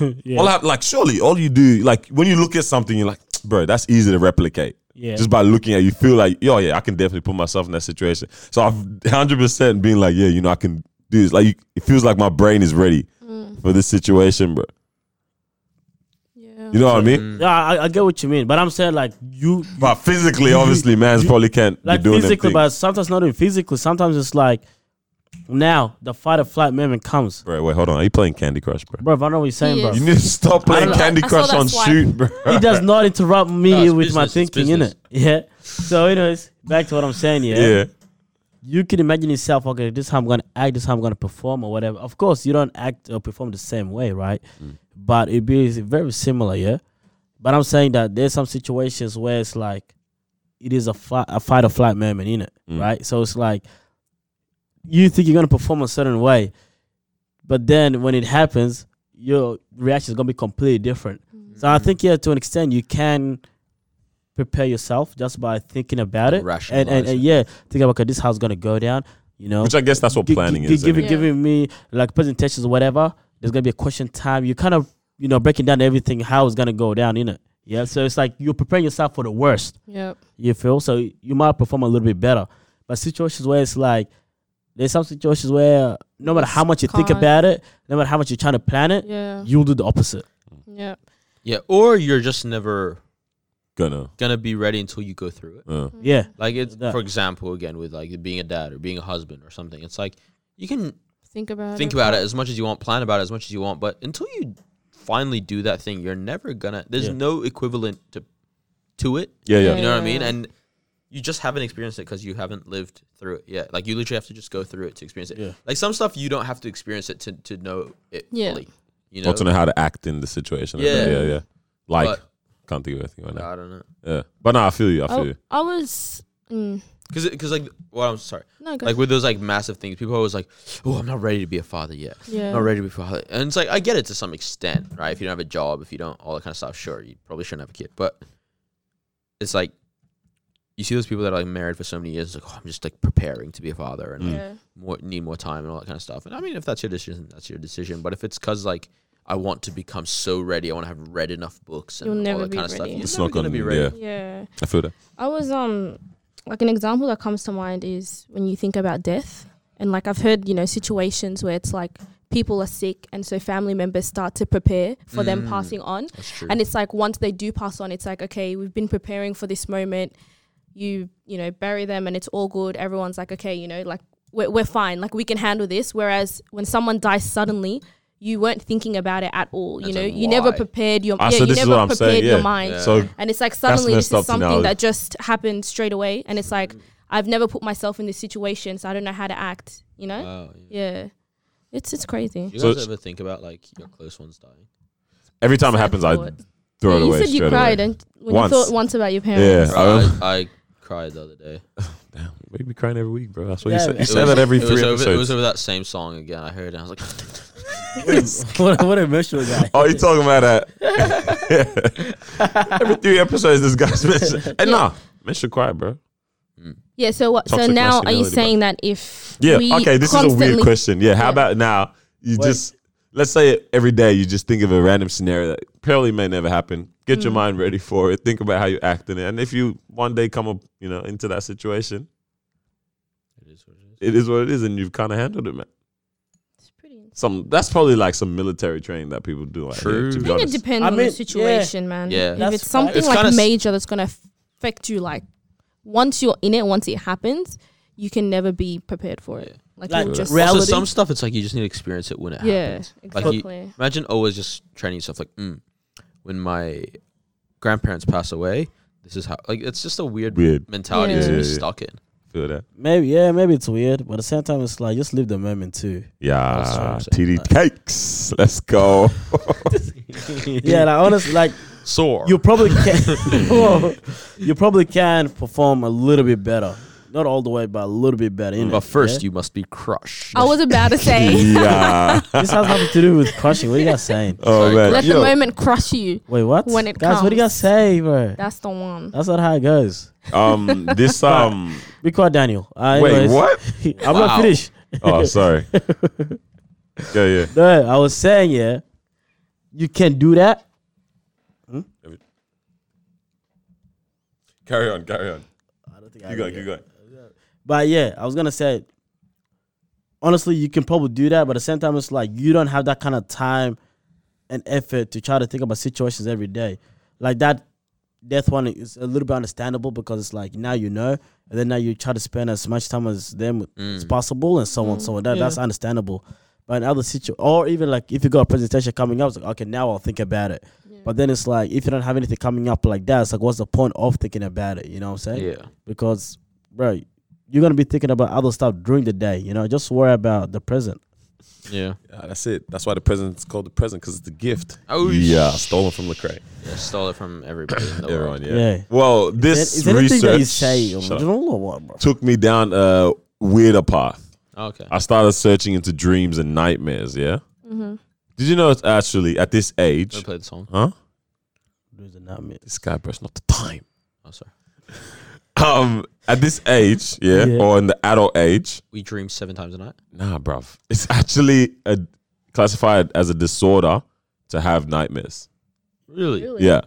Speaker 5: All I, like surely all you do like when you look at something you're like, bro, that's easy to replicate.
Speaker 1: Yeah.
Speaker 5: Just by looking at you feel like, yo, yeah, I can definitely put myself in that situation. So I've hundred percent been like, yeah, you know, I can do this. Like you, it feels like my brain is ready
Speaker 6: Mm.
Speaker 5: for this situation, bro.
Speaker 6: Yeah.
Speaker 5: You know what I mean?
Speaker 4: mm,
Speaker 1: Yeah, I, I get what you mean, but I'm saying like you
Speaker 5: But physically, obviously, man's probably can't
Speaker 1: like
Speaker 5: be doing
Speaker 1: physically,
Speaker 5: physically,
Speaker 1: but sometimes not even physically. Sometimes it's like now the fight or flight moment comes,
Speaker 5: Bro, wait, hold on. Are you playing Candy Crush, bro?
Speaker 1: bro. I know what you're saying,
Speaker 6: He
Speaker 1: bro.
Speaker 6: is.
Speaker 5: You need to stop playing
Speaker 1: I-
Speaker 5: Candy
Speaker 6: I saw
Speaker 5: Crush
Speaker 6: that
Speaker 5: on
Speaker 6: swipe.
Speaker 5: shoot, bro.
Speaker 1: He does not interrupt
Speaker 4: No,
Speaker 1: me
Speaker 4: it's
Speaker 1: with my
Speaker 4: business, it's
Speaker 1: thinking, innit?
Speaker 4: business.
Speaker 1: Yeah. So, anyways, back to what I'm saying. Yeah.
Speaker 5: Yeah.
Speaker 1: You can imagine yourself. Okay, this is how I'm gonna act. This is how I'm gonna perform, or whatever. Of course, you don't act or perform the same way, right?
Speaker 4: Mm.
Speaker 1: But it be very similar. Yeah. But I'm saying that there's some situations where it's like it is a, fi- a fight or flight moment, innit?
Speaker 5: Mm.
Speaker 1: Right? So it's like you think you're gonna perform a certain way, but then when it happens, your reaction is gonna be completely different. So I think yeah, to an extent, you can prepare yourself just by thinking about it, and and,
Speaker 4: Rationalize it.
Speaker 1: and yeah, think about okay, this is how it's gonna go down. You know,
Speaker 5: Which I guess that's what
Speaker 1: Gi-
Speaker 5: planning
Speaker 1: gi- gi-
Speaker 5: is.
Speaker 1: Giving,
Speaker 5: innit?
Speaker 1: giving me like presentations or whatever. There's gonna be a question time. You kind of you know breaking down everything how it's gonna go down in it. Yeah, so it's like you're preparing yourself for the worst.
Speaker 6: Yep.
Speaker 1: You feel so you might perform a little bit better, but situations where it's like there's some situations where no matter how much you think
Speaker 6: can't.
Speaker 1: about it, no matter how much you're trying to plan it,
Speaker 6: Yeah.
Speaker 1: you'll do the opposite.
Speaker 6: Yep.
Speaker 4: Yeah, or you're just never
Speaker 5: Gonna.
Speaker 4: gonna be ready until you go through it.
Speaker 5: Uh,
Speaker 1: Yeah,
Speaker 4: Like it's
Speaker 1: That-
Speaker 4: for example, again with like being a dad or being a husband or something. It's like you can
Speaker 6: Think about
Speaker 4: think
Speaker 6: it.
Speaker 4: about it as much as you want, plan about it as much as you want, but until you finally do that thing, you're never gonna. There's
Speaker 1: Yeah.
Speaker 4: no equivalent to to it.
Speaker 5: yeah, yeah.
Speaker 4: You know what I
Speaker 6: Yeah.
Speaker 4: mean? And you just haven't experienced it because you haven't lived through it yet. Like you literally have to just go through it to experience it.
Speaker 1: Yeah.
Speaker 4: Like some stuff you don't have to experience it to, to know it
Speaker 6: Yeah.
Speaker 4: fully. You know?
Speaker 5: Or to know how to act in the situation. and
Speaker 4: Yeah.
Speaker 5: that, yeah, yeah. Like,
Speaker 4: But-
Speaker 5: can't think of anything right now.
Speaker 4: I don't know.
Speaker 5: Yeah. But no, I feel you. I feel
Speaker 6: I,
Speaker 5: you.
Speaker 6: I was. Mm,
Speaker 4: Because because like well I'm sorry.
Speaker 6: no, go.
Speaker 4: Like with those like massive things, people are always like, "Oh, I'm not ready to be a father yet.
Speaker 6: Yeah.
Speaker 4: Not ready to be a father." And it's like I get it to some extent, right? If you don't have a job, if you don't all that kind of stuff, sure, you probably shouldn't have a kid. But it's like you see those people that are like married for so many years, like, "Oh, I'm just like preparing to be a father and like,
Speaker 6: yeah.
Speaker 4: more need more time and all that kind of stuff." And I mean, if that's your decision, that's your decision. But if it's because like I want to become so ready, I want to have read enough books and
Speaker 6: You'll
Speaker 4: all
Speaker 6: never
Speaker 4: that
Speaker 6: be
Speaker 4: kind of stuff,
Speaker 6: ready.
Speaker 4: you're
Speaker 5: It's
Speaker 4: never
Speaker 5: not
Speaker 4: gonna
Speaker 5: gonna-
Speaker 4: be ready.
Speaker 5: yeah.
Speaker 6: Yeah.
Speaker 5: I feel that.
Speaker 6: I was um like an example that comes to mind is when you think about death and like I've heard, you know, situations where it's like people are sick and so family members start to prepare for them
Speaker 4: Mm.
Speaker 6: passing on.
Speaker 4: That's true.
Speaker 6: And it's like once they do pass on, it's like, okay, we've been preparing for this moment. You, you know, bury them and it's all good. Everyone's like, okay, you know, like we're, we're fine. Like we can handle this. Whereas when someone dies suddenly, you weren't thinking about it at all. You
Speaker 4: As
Speaker 6: know,
Speaker 4: in
Speaker 6: you never
Speaker 4: why?
Speaker 6: prepared your
Speaker 5: Ah,
Speaker 6: yeah,
Speaker 5: so
Speaker 6: you
Speaker 5: this is
Speaker 6: never
Speaker 5: what I'm
Speaker 6: prepared
Speaker 5: saying.
Speaker 6: your
Speaker 5: Yeah.
Speaker 6: mind.
Speaker 4: Yeah.
Speaker 5: So
Speaker 6: And it's like suddenly this
Speaker 5: messed up
Speaker 6: is something
Speaker 5: analogy.
Speaker 6: that just happened straight away. And it's like, I've never put myself in this situation, so I don't know how to act, you know?
Speaker 4: wow, Uh, yeah.
Speaker 6: yeah. It's it's crazy.
Speaker 4: Do you
Speaker 5: So
Speaker 4: guys
Speaker 5: it's-
Speaker 4: ever think about like your close ones dying?
Speaker 5: every time it
Speaker 6: Sad
Speaker 5: happens, I
Speaker 6: thought.
Speaker 5: throw it
Speaker 6: you
Speaker 5: away.
Speaker 6: said you
Speaker 5: straight
Speaker 6: cried
Speaker 5: Away.
Speaker 6: and when
Speaker 5: Once.
Speaker 6: you thought once about your
Speaker 5: Yeah.
Speaker 6: parents.
Speaker 4: I, I cried the other day.
Speaker 5: Damn, we be crying every week, bro. That's what
Speaker 1: Yeah,
Speaker 5: you said.
Speaker 1: man.
Speaker 5: You
Speaker 1: It
Speaker 5: say
Speaker 4: was-
Speaker 5: that every
Speaker 4: it was
Speaker 5: three
Speaker 4: over, It was
Speaker 5: episodes.
Speaker 4: over that same song again. I heard it. And I was like,
Speaker 1: what, a- what an emotional guy.
Speaker 5: Oh, you talking about that? every three episodes, this guy's mentioned. And nah, men should cry, bro.
Speaker 4: hmm.
Speaker 6: Yeah, so what so
Speaker 5: Toxic
Speaker 6: now are you
Speaker 5: masculinity, bro.
Speaker 6: saying that if
Speaker 5: Yeah.
Speaker 6: we
Speaker 5: okay. This is a weird
Speaker 6: constantly-
Speaker 5: question. Yeah. How
Speaker 6: Yeah.
Speaker 5: about now? You
Speaker 1: Wait.
Speaker 5: just let's say every day you just think of a random scenario that probably may never happen. Get your mind ready for it. Think about how you act in it, and if you one day come up, you know, into that situation,
Speaker 4: it is what it is.
Speaker 5: it is what it is, and you've kind of handled it, man.
Speaker 6: It's pretty
Speaker 5: Some that's probably like some military training that people do. Out Here,
Speaker 4: True.
Speaker 5: to
Speaker 4: I
Speaker 5: be
Speaker 6: I think it
Speaker 5: honest.
Speaker 6: depends
Speaker 1: I
Speaker 6: on
Speaker 1: mean, yeah.
Speaker 6: the situation, man.
Speaker 4: Yeah.
Speaker 6: If
Speaker 1: That's
Speaker 6: it's something
Speaker 4: It's
Speaker 6: like
Speaker 4: kinda s-
Speaker 6: major that's gonna affect you like once you're in it, once it happens, you can never be prepared for it. Like,
Speaker 1: Like,
Speaker 6: you'll just
Speaker 1: reality-
Speaker 4: Also, some stuff it's like you just need to experience it when it
Speaker 6: Yeah,
Speaker 4: happens. Like you-
Speaker 6: exactly.
Speaker 4: imagine always just training yourself. Like, mm, when my grandparents pass away, this is how. Like, it's just a weird,
Speaker 5: Weird.
Speaker 4: mentality
Speaker 6: Yeah.
Speaker 4: to
Speaker 5: Yeah,
Speaker 4: be
Speaker 5: yeah, yeah.
Speaker 4: stuck in.
Speaker 5: Feel that?
Speaker 1: Maybe yeah, maybe it's weird, but at the same time, it's like just live the moment too.
Speaker 4: was
Speaker 5: Yeah.
Speaker 4: trying to say
Speaker 5: TD
Speaker 4: that.
Speaker 5: cakes. Let's go.
Speaker 1: yeah, like honestly, like
Speaker 4: Sore.
Speaker 1: you probably can. Whoa. you probably can perform a little bit better. not all the way, but a little bit better. innit?
Speaker 4: But first,
Speaker 1: Yeah?
Speaker 4: you must be crushed.
Speaker 6: I was about to say,
Speaker 5: yeah.
Speaker 1: this has nothing to do with crushing. What are you guys saying?
Speaker 5: Oh man.
Speaker 6: let the
Speaker 5: Yo,
Speaker 6: moment crush you.
Speaker 1: Wait, what?
Speaker 6: When it
Speaker 1: guys, what do you guys
Speaker 6: comes.
Speaker 1: say, bro?
Speaker 6: That's the one.
Speaker 1: That's not how it goes.
Speaker 5: um, this um.
Speaker 1: We call Daniel. Uh,
Speaker 5: wait,
Speaker 1: anyways.
Speaker 5: what?
Speaker 1: I'm
Speaker 4: Wow.
Speaker 1: not finished.
Speaker 5: Oh, sorry. Yeah, yeah.
Speaker 1: No, I was saying, yeah, you can do that.
Speaker 5: Carry on, carry on.
Speaker 1: I don't think
Speaker 5: Keep going, keep going.
Speaker 1: But yeah, I was gonna say, honestly, you can probably do that, but at the same time, it's like you don't have that kind of time and effort to try to think about situations every day. Like that death one is a little bit understandable because it's like now you know, and then now you try to spend as much time as them
Speaker 4: Mm.
Speaker 1: as possible, and so on, so on. That that's understandable. But in other situ, or even like if you got a presentation coming up, it's like okay, now I'll think about it. But then it's like if you don't have anything coming up like that, it's like what's the point of thinking about it? You know what I'm saying?
Speaker 4: Yeah.
Speaker 1: because bro you're gonna be thinking about other stuff during the day you know just worry about the present
Speaker 4: Yeah.
Speaker 5: Yeah, that's it. That's why the present's called the present because it's the gift.
Speaker 4: Oh,
Speaker 5: yeah,
Speaker 4: sh-
Speaker 5: stolen from Lecrae.
Speaker 4: yeah. Stole it from everybody. In the
Speaker 5: Everyone,
Speaker 4: world.
Speaker 5: yeah.
Speaker 1: Yeah.
Speaker 5: Well,
Speaker 1: is,
Speaker 5: this
Speaker 1: there anything
Speaker 5: research
Speaker 1: that you say
Speaker 5: Shut up.
Speaker 1: original or what bro
Speaker 5: took me down a weirder path.
Speaker 4: Okay.
Speaker 5: I started searching into dreams and nightmares. Yeah.
Speaker 6: Mm-hmm.
Speaker 5: Did you know it's actually at this
Speaker 4: Let me
Speaker 5: age?
Speaker 4: play the song.
Speaker 5: Huh?
Speaker 1: There's a nightmare.
Speaker 5: This guy, bro, it's not the time.
Speaker 4: Oh, sorry.
Speaker 5: Um, at this age, yeah,
Speaker 1: Yeah.
Speaker 5: or in the adult age,
Speaker 4: We dream seven times a night.
Speaker 5: nah, bruv. It's actually a, classified as a disorder to have nightmares.
Speaker 4: Really?
Speaker 5: Yeah.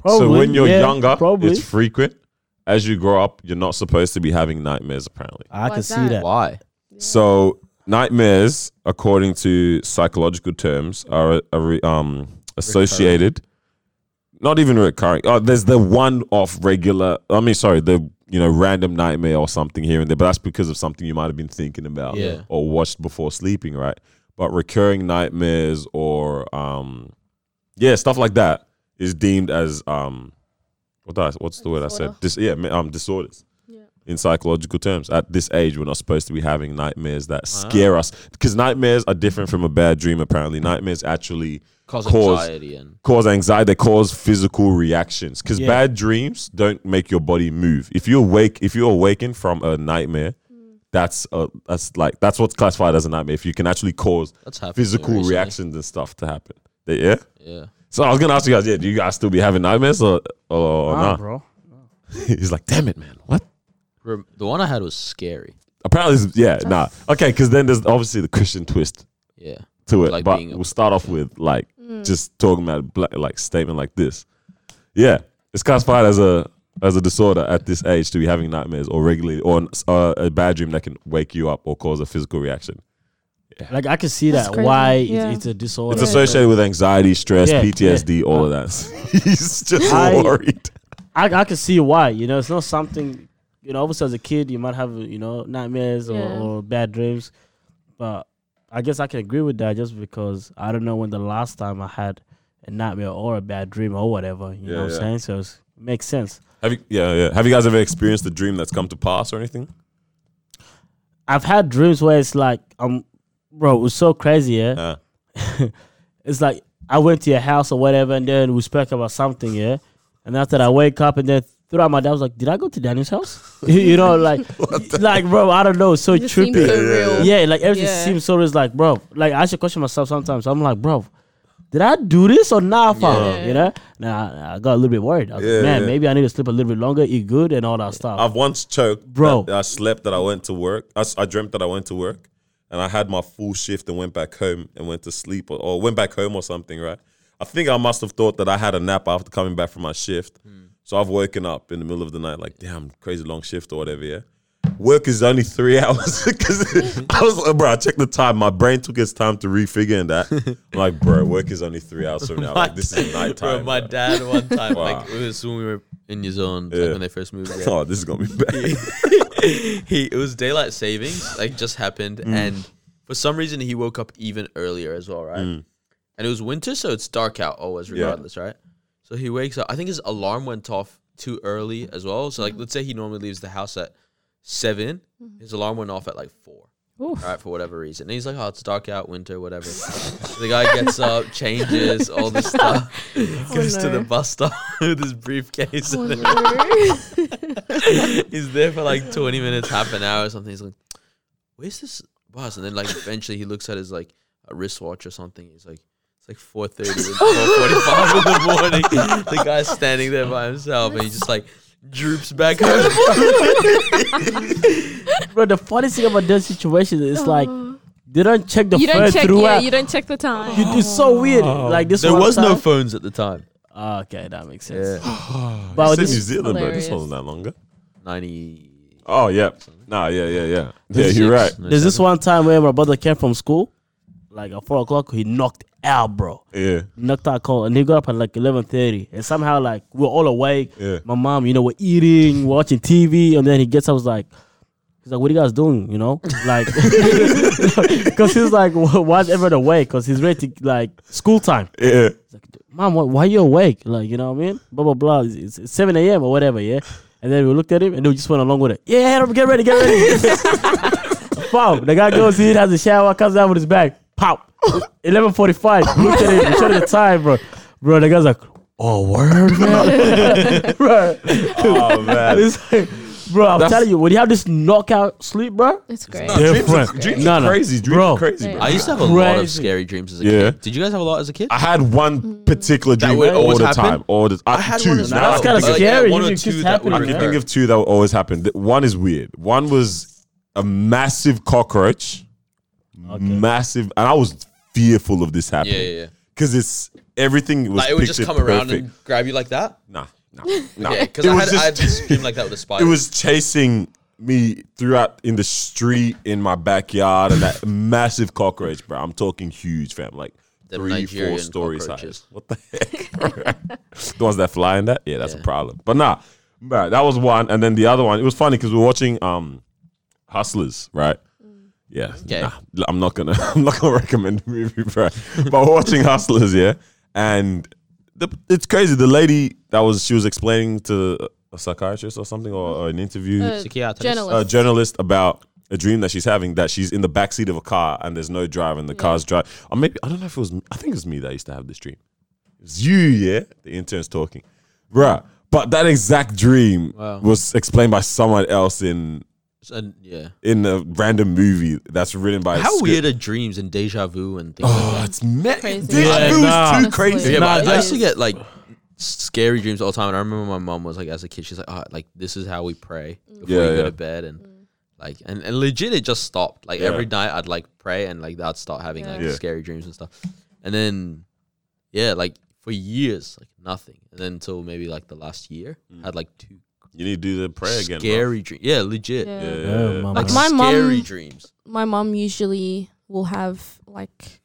Speaker 1: probably
Speaker 5: so when you're
Speaker 1: yeah,
Speaker 5: younger,
Speaker 1: probably
Speaker 5: it's frequent. As you grow up, you're not supposed to be having nightmares, apparently.
Speaker 1: i can
Speaker 6: Why's
Speaker 1: see
Speaker 6: that?
Speaker 1: that
Speaker 4: Why?
Speaker 5: So nightmares, according to psychological terms, are, are re- um, associated. Not even recurring. Oh, there's the one-off regular. I mean, sorry, the you know random nightmare or something here and there, but that's because of something you might have been thinking about
Speaker 4: Yeah.
Speaker 5: or watched before sleeping, right? But recurring nightmares or um, yeah, stuff like that is deemed as um, what did I, what's the word I said?
Speaker 6: Disorder.
Speaker 5: Dis- yeah, ma- um, disorders
Speaker 6: Yeah.
Speaker 5: in psychological terms. At this age, we're not supposed to be having nightmares that scare us because nightmares are different from a bad dream. Apparently, nightmares actually
Speaker 4: Cause,
Speaker 5: Cause-
Speaker 4: anxiety and
Speaker 5: cause anxiety. They cause physical reactions because bad dreams don't make your body move. If you awake, if you're awakened from a nightmare, that's a, that's like that's what's classified as a nightmare. If you can actually cause
Speaker 4: that's happening.
Speaker 5: physical reactions and stuff to happen, yeah.
Speaker 4: Yeah.
Speaker 5: So I was gonna ask you guys, yeah, do you guys still be having nightmares or or, or
Speaker 1: Nah,
Speaker 5: not?
Speaker 1: bro
Speaker 5: He's like, damn it, man, what?
Speaker 4: Rem- the one I had was scary.
Speaker 5: Apparently, it's- yeah, nah, okay, because then there's obviously the Christian twist
Speaker 4: Yeah.
Speaker 5: to it.
Speaker 4: Like
Speaker 5: but
Speaker 4: being a-
Speaker 5: we'll start off with like
Speaker 6: Mm.
Speaker 5: just talking about black, like statement like this. Yeah, it's classified as a as a disorder at this age to be having nightmares or regularly or an- uh, a bad dream that can wake you up or cause a physical reaction.
Speaker 1: like i can see
Speaker 6: That's
Speaker 1: that
Speaker 6: crazy.
Speaker 1: why it's-
Speaker 6: Yeah.
Speaker 1: it's a disorder
Speaker 5: It's associated with anxiety, stress,
Speaker 1: Yeah,
Speaker 5: PTSD, all of that. He's just
Speaker 1: I-
Speaker 5: worried.
Speaker 1: I, I can see why you know it's not something you know obviously as a kid you might have you know nightmares
Speaker 6: Yeah.
Speaker 1: or, or bad dreams but i guess i can agree with that just because i don't know when the last time i had a nightmare or a bad dream or whatever you
Speaker 5: Yeah,
Speaker 1: know what
Speaker 5: yeah.
Speaker 1: i'm saying so it's, it makes sense
Speaker 5: Have you? Yeah, yeah. Have you guys ever experienced a dream that's come to pass or anything?
Speaker 1: I've had dreams where it's like, um, bro, it was so crazy, yeah.
Speaker 5: Uh,
Speaker 1: It's like I went to your house or whatever, and then we spoke about something, yeah. And after that, I wake up, and then throughout my day, I was like, did I go to Daniel's house? you know, like, like, bro, I don't know, it's so
Speaker 6: It just seems
Speaker 1: trippy.
Speaker 6: so real.
Speaker 1: Yeah, like everything
Speaker 6: Yeah.
Speaker 1: seems so. It's like, bro, like I should question myself sometimes. I'm like, bro, did I do this or not? fam? You know, and I, I got a little bit worried. I was
Speaker 5: Yeah,
Speaker 1: like, man,
Speaker 5: yeah.
Speaker 1: maybe I need to sleep a little bit longer, eat good, and all that stuff.
Speaker 5: I've once choked,
Speaker 1: Bro.
Speaker 5: that I slept that I went to work. I, s- I dreamt that I went to work, and I had my full shift and went back home and went to sleep or, or went back home or something. Right? I think I must have thought that I had a nap after coming back from my shift. So I've woken up in the middle of the night, like damn, crazy long shift or whatever. Yeah. Work is only three hours because I was like, bro. I checked the time. My brain took its time to refigure and that. I'm like, bro, work is only three hours from now. Like, this is
Speaker 4: Bro,
Speaker 5: nighttime.
Speaker 4: my
Speaker 5: bro.
Speaker 4: dad one time,
Speaker 5: Wow.
Speaker 4: like it was when we were in New Zealand,
Speaker 5: Yeah.
Speaker 4: like when they first moved. There.
Speaker 5: Oh, this is gonna be bad.
Speaker 4: he it was daylight savings like just happened and for some reason he woke up even earlier as well right and it was winter so it's dark out always regardless right so he wakes up i think his alarm went off too
Speaker 6: Mm.
Speaker 4: early as well so like let's say he normally leaves the house at 7 his alarm went off at like 4
Speaker 6: Mm-hmm. Oof.
Speaker 4: right, for whatever reason. And he's like, oh, it's dark out, winter, whatever. the guy gets up, changes, all this stuff, goes to the
Speaker 6: Oh, no.
Speaker 4: bus stop with his briefcase.
Speaker 6: Oh,
Speaker 4: and then
Speaker 6: no.
Speaker 4: he's there for like 20 minutes, half an hour or something. He's like, where's this bus? And then like eventually he looks at his like a wristwatch or something. He's like, it's like 4.30 4.45 in the morning. The guy's standing there by himself and he just like droops back over.
Speaker 1: Bro, the funniest thing about that situation is like they don't check the
Speaker 6: Uh-huh. you
Speaker 1: phone
Speaker 6: don't check. Yeah,
Speaker 1: throughout.
Speaker 6: you don't Oh. check the time.
Speaker 1: you do so weird. Like this.
Speaker 4: There
Speaker 1: one
Speaker 4: was no
Speaker 1: time-
Speaker 4: phones at the time.
Speaker 1: Ah, okay, that makes sense.
Speaker 4: Yeah.
Speaker 1: But
Speaker 5: It's in
Speaker 1: Oh, this-
Speaker 5: New Zealand, bro. This
Speaker 6: hilarious.
Speaker 5: wasn't that longer.
Speaker 4: 90.
Speaker 5: Oh yeah. Nah, yeah, yeah, yeah. Yeah, you're right.
Speaker 1: there's this one time where my brother came from school, like at four o'clock. He knocked out, bro.
Speaker 5: Yeah.
Speaker 1: knocked out cold, and he got up at like eleven thirty, and somehow like we're all awake.
Speaker 5: Yeah.
Speaker 1: My mom, you know, we're eating, we're watching TV, and then he gets up, was like, he's like, "What are you guys doing?" You know, like, because he's like, "Why why is everyone awake?" Because he's ready to like school time.
Speaker 5: Yeah.
Speaker 1: Mom, why, why are you awake? Like, you know what I mean? Blah blah blah. It's, it's- it's seven a.m. or whatever, yeah. And then we looked at him, and we just went along with it. Yeah, get ready, get ready. Pop. The guy goes in, has a shower, comes out with his bag. Pop. 11:45. Looked at him, showed him the time, bro. Bro, the guy's like, "Oh, word, man." bro,
Speaker 5: Oh man.
Speaker 1: it's like, bro, I'm
Speaker 4: That's-
Speaker 1: telling you, when you have this knockout sleep, bro,
Speaker 6: It's great.
Speaker 5: Dreams are,
Speaker 1: Different.
Speaker 5: dreams
Speaker 1: No,
Speaker 5: are
Speaker 1: no.
Speaker 5: crazy. Dreams
Speaker 1: Bro.
Speaker 5: are crazy, bro.
Speaker 4: I used to have a lot of
Speaker 1: Crazy.
Speaker 4: scary dreams as a
Speaker 5: Yeah.
Speaker 4: kid. Did you guys have a lot as a kid?
Speaker 5: I had one particular dream
Speaker 4: Mm. would
Speaker 5: all
Speaker 4: always
Speaker 5: the
Speaker 4: happen?
Speaker 5: time. All the, I,
Speaker 4: had
Speaker 5: two.
Speaker 4: one as
Speaker 5: now
Speaker 4: well.
Speaker 5: I
Speaker 1: that's
Speaker 5: can
Speaker 1: kind of
Speaker 5: think
Speaker 4: Like, yeah,
Speaker 1: scary.
Speaker 4: one
Speaker 1: You
Speaker 4: or
Speaker 1: just
Speaker 4: two
Speaker 1: keep
Speaker 4: that would
Speaker 5: I
Speaker 1: happening,
Speaker 5: can
Speaker 1: bro.
Speaker 5: think of two that would always happen. Th- One is weird. One was a massive cockroach, massive, and I was fearful of this happening.
Speaker 4: Yeah, yeah, yeah.
Speaker 5: Because it's everything was
Speaker 4: Like it would just
Speaker 5: pictured
Speaker 4: come around
Speaker 5: perfect.
Speaker 4: and grab you like that.
Speaker 5: nah, nah, nah.
Speaker 4: Yeah, because
Speaker 5: It
Speaker 4: I
Speaker 5: was
Speaker 4: had I had
Speaker 5: just-
Speaker 4: this dream like that with a spider.
Speaker 5: it was chasing me throughout in the street, in my backyard, and that massive cockroach, bro. I'm talking huge, fam. Like
Speaker 4: Them
Speaker 5: three,
Speaker 4: Nigerian
Speaker 5: four stories high.
Speaker 4: cockroaches.
Speaker 5: What the heck? the ones that fly in that? Yeah, that's
Speaker 4: Yeah.
Speaker 5: a problem. But nah, bro, that was one. And then the other one, it was funny because we were watching um Hustlers, right? Yeah.
Speaker 4: Okay.
Speaker 5: Nah, l- I'm not gonna I'm not gonna recommend the movie, bro. But we're watching Hustlers, yeah. And the, it's crazy. The lady that was she was explaining to a psychiatrist or something or, or an interview
Speaker 6: Uh,
Speaker 4: Psychiatrist.
Speaker 6: journalist.
Speaker 5: a journalist about a dream that she's having that she's in the backseat of a car and there's no driver and the car's drive. Or maybe I don't know if it was I think it was me that used to have this dream. It's you, yeah. The intern's talking, bruh. But that exact dream
Speaker 4: Wow.
Speaker 5: was explained by someone else in
Speaker 4: And, yeah.
Speaker 5: in a random movie that's written by. a
Speaker 4: How
Speaker 5: script.
Speaker 4: weird are dreams and deja vu and things like
Speaker 5: Oh, it's mad.
Speaker 6: Crazy.
Speaker 5: Dude,
Speaker 6: Yeah,
Speaker 5: it was
Speaker 1: nah.
Speaker 5: too
Speaker 6: That's
Speaker 5: crazy.
Speaker 6: weird.
Speaker 4: Yeah,
Speaker 1: Nah,
Speaker 4: but I
Speaker 1: that
Speaker 4: used to
Speaker 6: is-
Speaker 4: get like scary dreams all the time. And I remember my mom was like, as a kid, she's like, oh, like this is how we pray
Speaker 6: Mm.
Speaker 4: before
Speaker 5: Yeah,
Speaker 4: we
Speaker 5: yeah.
Speaker 4: go to bed. And like, and, and legit, it just stopped. Like
Speaker 5: Yeah.
Speaker 4: every night I'd like pray and like I'd start having like
Speaker 5: Yeah. Yeah.
Speaker 4: scary dreams and stuff. And then, yeah, like for years, like nothing. And then until maybe like the last year, I had like two
Speaker 5: You need to do the prayer again. bro.
Speaker 4: scary dreams. Yeah, legit.
Speaker 6: Yeah.
Speaker 5: Yeah,
Speaker 1: Yeah,
Speaker 5: yeah.
Speaker 1: mama.
Speaker 4: Like
Speaker 6: My mom-
Speaker 4: scary dreams.
Speaker 6: my mom usually will have like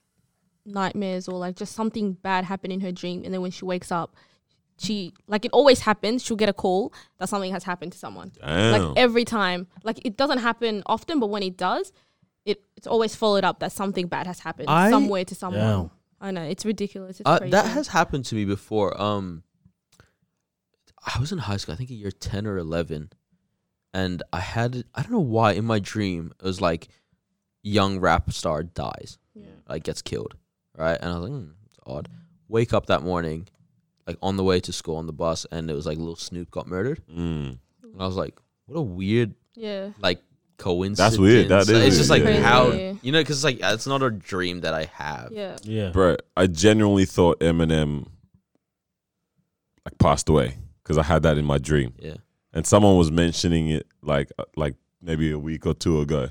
Speaker 6: nightmares or like just something bad happen in her dream and then when she wakes up she like it always happens she'll get a call that something has happened to someone
Speaker 5: Damn.
Speaker 4: Oh.
Speaker 6: like every time like it doesn't happen often but when it does it, it's always followed up that something bad has happened
Speaker 4: I-
Speaker 6: somewhere to someone
Speaker 1: Damn.
Speaker 6: i know it's ridiculous it's
Speaker 4: Uh,
Speaker 6: crazy.
Speaker 4: that has happened to me before. Um, I was in high school, I think a year ten or eleven, and I had I don't know why in my dream it was like young rap star dies, like gets killed, right? And I was like, hmm, it's odd. Wake up that morning, like on the way to school on the bus, and it was like little Snoop got murdered,
Speaker 5: Mm.
Speaker 4: and I was like, what a weird
Speaker 6: yeah
Speaker 4: like coincidence.
Speaker 5: That's weird. That is
Speaker 4: It's just like
Speaker 5: weird.
Speaker 6: Yeah.
Speaker 4: how
Speaker 6: Crazy.
Speaker 4: you know because like it's not a dream that I have.
Speaker 6: yeah
Speaker 1: Yeah,
Speaker 5: Bro, I genuinely thought Eminem like passed away because I had that in my dream,
Speaker 4: Yeah.
Speaker 5: and someone was mentioning it like uh, like maybe a week or two ago.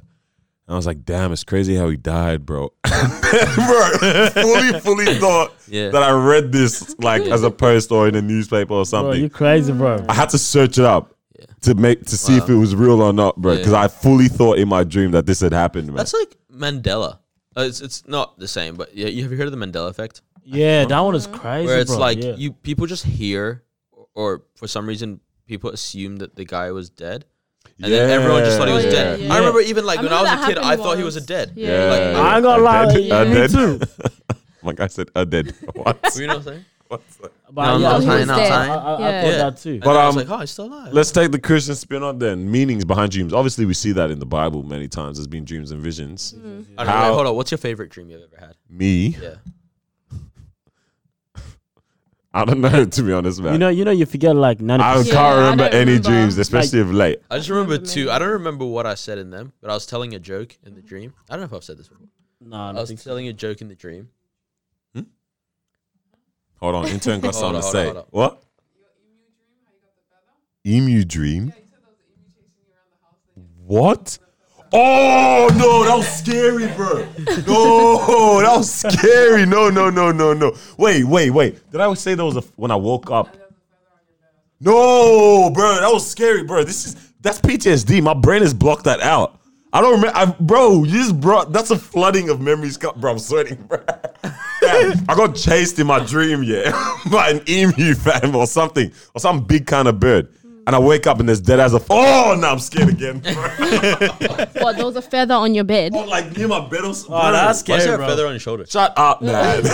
Speaker 5: And I was like, "Damn, it's crazy how he died, bro." bro, fully, fully thought
Speaker 4: Yeah.
Speaker 5: that I read this like as a post or in a newspaper or
Speaker 1: bro, you
Speaker 5: something.
Speaker 1: crazy, bro.
Speaker 5: I had to search it up
Speaker 4: Yeah.
Speaker 5: to make to see if
Speaker 4: Wow.
Speaker 5: it was real or not, bro.
Speaker 4: Yeah.
Speaker 5: Because I fully thought in my dream that this had happened, man.
Speaker 4: That's like Mandela. Uh, it's it's not the same, but yeah, you have you heard of the Mandela effect?
Speaker 1: Yeah, that one is crazy,
Speaker 4: Where it's
Speaker 1: bro.
Speaker 4: like
Speaker 1: yeah.
Speaker 4: you people just hear, or, or for some reason people assume that the guy was dead, and then everyone just thought he
Speaker 6: Yeah.
Speaker 4: was
Speaker 6: Oh, yeah,
Speaker 4: dead.
Speaker 6: yeah,
Speaker 4: I
Speaker 1: yeah.
Speaker 4: remember even like
Speaker 6: I
Speaker 4: when I was
Speaker 6: remember
Speaker 4: a
Speaker 6: that
Speaker 4: kid, I
Speaker 6: happened
Speaker 4: thought he was a
Speaker 6: once.
Speaker 4: dead.
Speaker 6: Yeah. Yeah.
Speaker 4: Like,
Speaker 1: I ain't gonna
Speaker 5: A
Speaker 1: lie,
Speaker 5: dead-
Speaker 1: yeah,
Speaker 5: a
Speaker 1: me
Speaker 5: dead-
Speaker 1: too.
Speaker 5: My guy said a dead. What?
Speaker 4: you know what I'm saying?
Speaker 5: What's that?
Speaker 1: But
Speaker 4: No,
Speaker 1: yeah,
Speaker 4: no,
Speaker 1: I,
Speaker 6: he
Speaker 1: was-
Speaker 6: was
Speaker 4: no,
Speaker 1: I,
Speaker 6: there.
Speaker 1: I, I
Speaker 4: no.
Speaker 6: Yeah.
Speaker 1: thought
Speaker 4: Yeah.
Speaker 1: that too.
Speaker 4: And then I was
Speaker 5: um,
Speaker 4: like, oh, he's still alive.
Speaker 5: Let's take the Christian spin on then. Meanings behind dreams. Obviously, we see that in the Bible many times as being dreams and visions.
Speaker 6: Mm-hmm.
Speaker 4: I don't know,
Speaker 5: How-
Speaker 4: wait, hold on. What's your favorite dream you've ever had?
Speaker 5: Me,
Speaker 4: Yeah.
Speaker 5: I don't know to be honest, man.
Speaker 1: You know, you know, you forget like ninety.
Speaker 5: I
Speaker 1: percent
Speaker 5: can't
Speaker 6: Yeah, I
Speaker 5: remember
Speaker 6: don't
Speaker 5: any
Speaker 6: remember.
Speaker 5: dreams, especially of late.
Speaker 4: I just remember two. I don't remember what I said in them, but I was telling a joke in the dream. I don't know if I've said this before.
Speaker 1: Nah, I
Speaker 4: I
Speaker 1: don't
Speaker 4: was
Speaker 1: think so.
Speaker 4: telling a joke in the dream.
Speaker 5: Hold on, intern
Speaker 4: Hold
Speaker 5: got something
Speaker 4: on,
Speaker 5: to
Speaker 4: hold
Speaker 5: say.
Speaker 4: on, hold
Speaker 5: What? Emu dream? What? Oh no, that was scary, bro. No, that was scary. No, no, no, no, no. Wait, wait, wait. Did I say there was a when I woke up? No, bro, that was scary, bro. This is that's PTSD. My brain has blocked that out. I don't remember, I, bro. You just brought that's a flooding of memories, co- bro. I'm sweating, bro. Damn, I got chased in my dream, yeah, by an emu fam or something or some big kind of bird, and I wake up and there's dead as a. Oh, now I'm scared again. Bro.
Speaker 6: What? There was a feather on your bed.
Speaker 5: oh, like near my bed or something.
Speaker 1: Oh, that's
Speaker 4: Why
Speaker 1: scary,
Speaker 4: is there a
Speaker 1: bro.
Speaker 4: feather on your shoulder?
Speaker 5: Shut up, man. bro,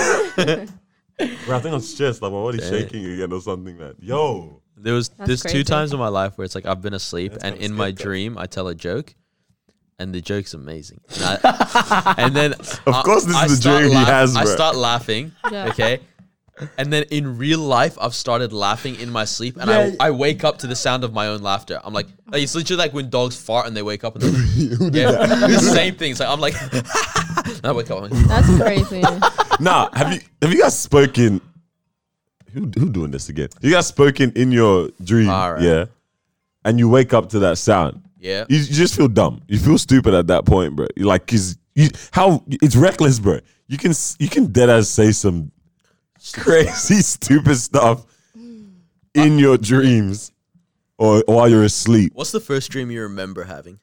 Speaker 5: I think I'm stressed. Like my body's shaking again or something, man. Yo,
Speaker 4: There was
Speaker 6: That's
Speaker 4: there's
Speaker 6: crazy.
Speaker 4: two times in my life where it's like I've been asleep and
Speaker 5: kinda
Speaker 4: in my
Speaker 5: scary,
Speaker 4: dream I tell a joke, and the joke's amazing. And, I- and then of
Speaker 5: course this is the dream he has,
Speaker 4: I
Speaker 5: bro.
Speaker 4: start laughing.
Speaker 6: Yeah.
Speaker 4: Okay. And then in real life, I've started laughing in my sleep, and
Speaker 1: Yeah.
Speaker 4: I, I wake up to the sound of my own laughter. I'm like, like, it's literally like when dogs fart and they wake up and they're like, yeah, the same thing. It's like I'm like, and I wake up. I'm like,
Speaker 6: That's crazy.
Speaker 5: nah, have you have you guys spoken? Who who doing this again? You guys spoken in your dream,
Speaker 4: Alright.
Speaker 5: yeah, and you wake up to that sound.
Speaker 4: yeah,
Speaker 5: You, you just feel dumb. You feel stupid at that point, bro. You like, cause you how it's reckless, bro. You can s- you can dead ass say some crazy stupid stuff in your dreams or while you're asleep.
Speaker 4: What's the first dream you remember having?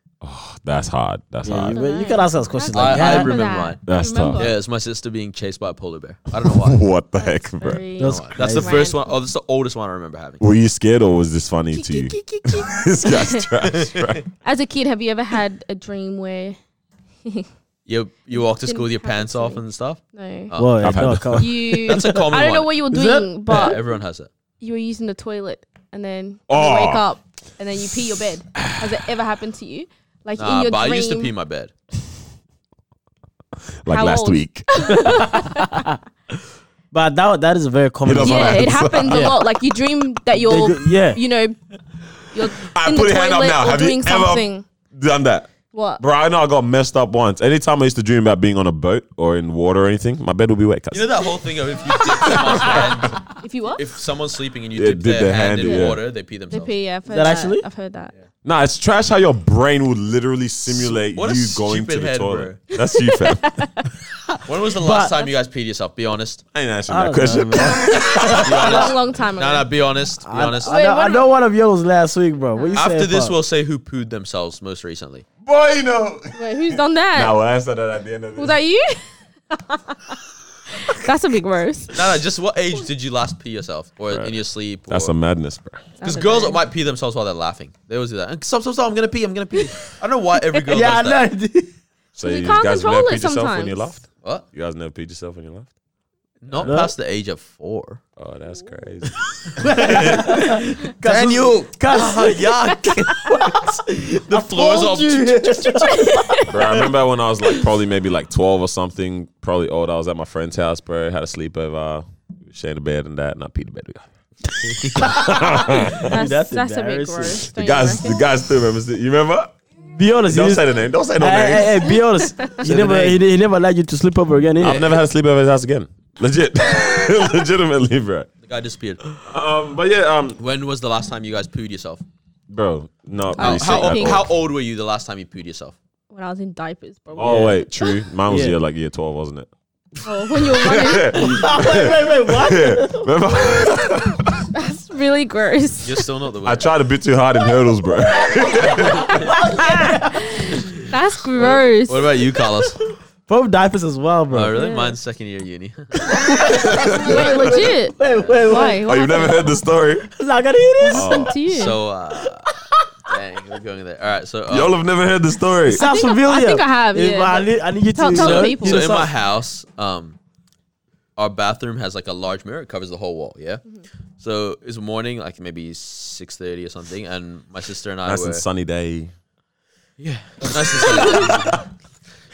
Speaker 5: That's hard. That's
Speaker 1: Yeah,
Speaker 5: hard.
Speaker 1: you, you can ask us questions
Speaker 6: That's
Speaker 1: like
Speaker 4: I- I
Speaker 1: that.
Speaker 4: remember
Speaker 6: that.
Speaker 4: mine.
Speaker 5: That's tough.
Speaker 6: Remember.
Speaker 4: Yeah, it's my sister being chased by a polar bear. I don't know why.
Speaker 5: What the heck, bro?
Speaker 6: Very-
Speaker 1: That's
Speaker 4: That's the
Speaker 1: crazy.
Speaker 4: first one. Oh, that's the oldest one I remember having.
Speaker 5: Were you scared or was this funny to you? this guy's trash, bro.
Speaker 6: As a kid, have you ever had a dream where
Speaker 4: You you walk to school with your
Speaker 6: Didn't happen
Speaker 4: pants
Speaker 6: to
Speaker 4: off
Speaker 6: me.
Speaker 4: and stuff.
Speaker 6: no
Speaker 4: Uh,
Speaker 1: Well,
Speaker 5: I've had
Speaker 1: no,
Speaker 5: that.
Speaker 1: come on.
Speaker 6: you?
Speaker 4: That's a common
Speaker 6: I don't know
Speaker 4: one.
Speaker 6: what you were
Speaker 1: Is
Speaker 6: doing,
Speaker 4: Yeah,
Speaker 6: but
Speaker 4: everyone has that.
Speaker 6: you were using the toilet and then
Speaker 5: Oh.
Speaker 6: you wake up and then you pee your bed. Has it ever happened to you? Like in
Speaker 4: Nah,
Speaker 6: your
Speaker 4: Uh, but
Speaker 6: dream?
Speaker 4: I used to pee in my bed.
Speaker 5: Like
Speaker 6: How
Speaker 5: last
Speaker 6: old?
Speaker 5: week.
Speaker 1: But that that is a very common.
Speaker 5: It doesn't
Speaker 6: yeah,
Speaker 5: matter.
Speaker 6: it happens a lot. Like you dream that
Speaker 1: They
Speaker 6: you're,
Speaker 1: do- yeah.
Speaker 6: you know, you're
Speaker 5: Ah,
Speaker 6: in
Speaker 5: put
Speaker 6: the
Speaker 5: your hand up
Speaker 6: toilet
Speaker 5: now.
Speaker 6: or
Speaker 5: Have you
Speaker 6: doing
Speaker 5: ever-
Speaker 6: something.
Speaker 5: Done that.
Speaker 6: What?
Speaker 5: Bro, I know I got messed up once. Anytime I used to dream about being on a boat or in water or anything, my bed would be wet. cuz.
Speaker 4: You know that whole thing of if you dip someone's hand,
Speaker 6: If you what?
Speaker 4: if someone's sleeping and you
Speaker 5: Yeah,
Speaker 4: dip their, hand, in
Speaker 5: yeah.
Speaker 4: water, they pee
Speaker 6: They
Speaker 4: themselves.
Speaker 6: pee. Yeah, I've heard
Speaker 1: that
Speaker 6: that.
Speaker 1: actually?
Speaker 6: I've heard that.
Speaker 5: Nah, it's trash how your brain would literally simulate
Speaker 4: What a
Speaker 5: you going to
Speaker 4: stupid
Speaker 5: the
Speaker 4: head,
Speaker 5: toilet. That's you, fam. I
Speaker 4: When was the last time you guys peed yourself? Be honest.
Speaker 5: ain't answering
Speaker 1: I
Speaker 5: that
Speaker 1: don't
Speaker 5: question.
Speaker 1: know, man.
Speaker 6: A
Speaker 4: Be
Speaker 6: long,
Speaker 4: honest.
Speaker 6: long time ago.
Speaker 4: No, no. Be honest. Be honest.
Speaker 1: I, know, I
Speaker 6: what-
Speaker 1: know one of yours last week, bro. What you
Speaker 4: After
Speaker 1: saying,
Speaker 4: this,
Speaker 1: fam?
Speaker 4: we'll say who pooed themselves most recently.
Speaker 5: Boy, you know.
Speaker 6: Wait, who's done that?
Speaker 5: Nah, we'll answer that at the end of
Speaker 6: Was
Speaker 5: this.
Speaker 6: that you? That's a big roast.
Speaker 4: No, no. Just what age did you last pee yourself, or in your sleep?
Speaker 5: That's a madness, bro.
Speaker 4: Because
Speaker 6: That's a
Speaker 4: girls
Speaker 6: bad-
Speaker 4: might pee themselves while they're laughing. They always do that. Stop, stop, stop! I'm gonna pee. I'm gonna pee. I don't know why every girl
Speaker 1: Yeah,
Speaker 4: does that.
Speaker 1: I know.
Speaker 5: So
Speaker 6: You can't
Speaker 5: guys
Speaker 6: control
Speaker 5: never
Speaker 6: it
Speaker 5: peed yourself when you
Speaker 6: sometimes.
Speaker 5: laughed?
Speaker 4: What?
Speaker 5: You guys never peed yourself when you laughed?
Speaker 4: Not
Speaker 1: No.
Speaker 4: past the age of four.
Speaker 5: Oh, that's crazy.
Speaker 4: Daniel,
Speaker 1: Cause
Speaker 4: yuck! the floor's
Speaker 1: told
Speaker 4: off.
Speaker 1: you.
Speaker 5: bro, I remember when I was like probably maybe like 12 or something, probably old. I was at my friend's house, bro. Had a sleepover, shared a bed and that, and I peed the bed.
Speaker 6: That's,
Speaker 1: that's
Speaker 6: that's, a big
Speaker 1: embarrassing.
Speaker 6: roast.
Speaker 5: The guys, the guys still remember. sti- You remember?
Speaker 1: be honest,
Speaker 5: Don't
Speaker 1: you-
Speaker 5: say the name. Don't say no
Speaker 1: Hey,
Speaker 5: name.
Speaker 1: hey, hey, be honest. he never, he, he never allowed you to sleep over again. eh?
Speaker 5: I've
Speaker 1: innit?
Speaker 5: never had a sleepover at his house again. Legit, legitimately, bro.
Speaker 4: The guy disappeared.
Speaker 5: Um, but yeah, um,
Speaker 4: When was the last time you guys pooed yourself?
Speaker 5: bro, not
Speaker 4: How,
Speaker 5: really. sick
Speaker 4: how,
Speaker 5: at
Speaker 4: old,
Speaker 5: all.
Speaker 4: how old were you the last time you pooed yourself?
Speaker 6: when I was in diapers, probably.
Speaker 5: Oh wait, true. Mine was
Speaker 1: Yeah.
Speaker 5: year like year twelve, wasn't it?
Speaker 6: Oh, when you were running,
Speaker 1: wait, wait, wait, what?
Speaker 5: Yeah, remember?
Speaker 6: that's really gross.
Speaker 4: You're still not the
Speaker 5: I
Speaker 4: winner.
Speaker 5: tried a bit too hard in hurdles, bro.
Speaker 6: That's gross.
Speaker 4: What about you, Carlos?
Speaker 1: Both diapers as well, bro.
Speaker 4: oh, really?
Speaker 6: Yeah.
Speaker 4: Mine's second year uni.
Speaker 6: Wait, legit.
Speaker 1: Wait, wait, wait.
Speaker 6: Why?
Speaker 5: Oh,
Speaker 6: What
Speaker 5: you've never heard the story?
Speaker 1: Like, I hear this.
Speaker 6: happened to you?
Speaker 5: Oh,
Speaker 4: so, uh, dang, we're going there. All right, so. uh,
Speaker 5: Y'all have never heard the story.
Speaker 1: Sounds
Speaker 6: think I- I
Speaker 1: familiar.
Speaker 6: think I have,
Speaker 1: If
Speaker 6: yeah,
Speaker 1: I
Speaker 6: but-
Speaker 1: need, I need you
Speaker 6: Tell-
Speaker 1: to
Speaker 6: tell
Speaker 1: you know,
Speaker 6: the people.
Speaker 1: you
Speaker 4: so
Speaker 1: know,
Speaker 4: in
Speaker 1: some-
Speaker 4: my house, um, our bathroom has like a large mirror, it covers the whole wall. Yeah.
Speaker 6: Mm-hmm.
Speaker 4: So it was morning, like maybe six thirty or something, and my sister and I
Speaker 5: Nice
Speaker 4: were
Speaker 5: and sunny day.
Speaker 4: yeah, nice and sunny.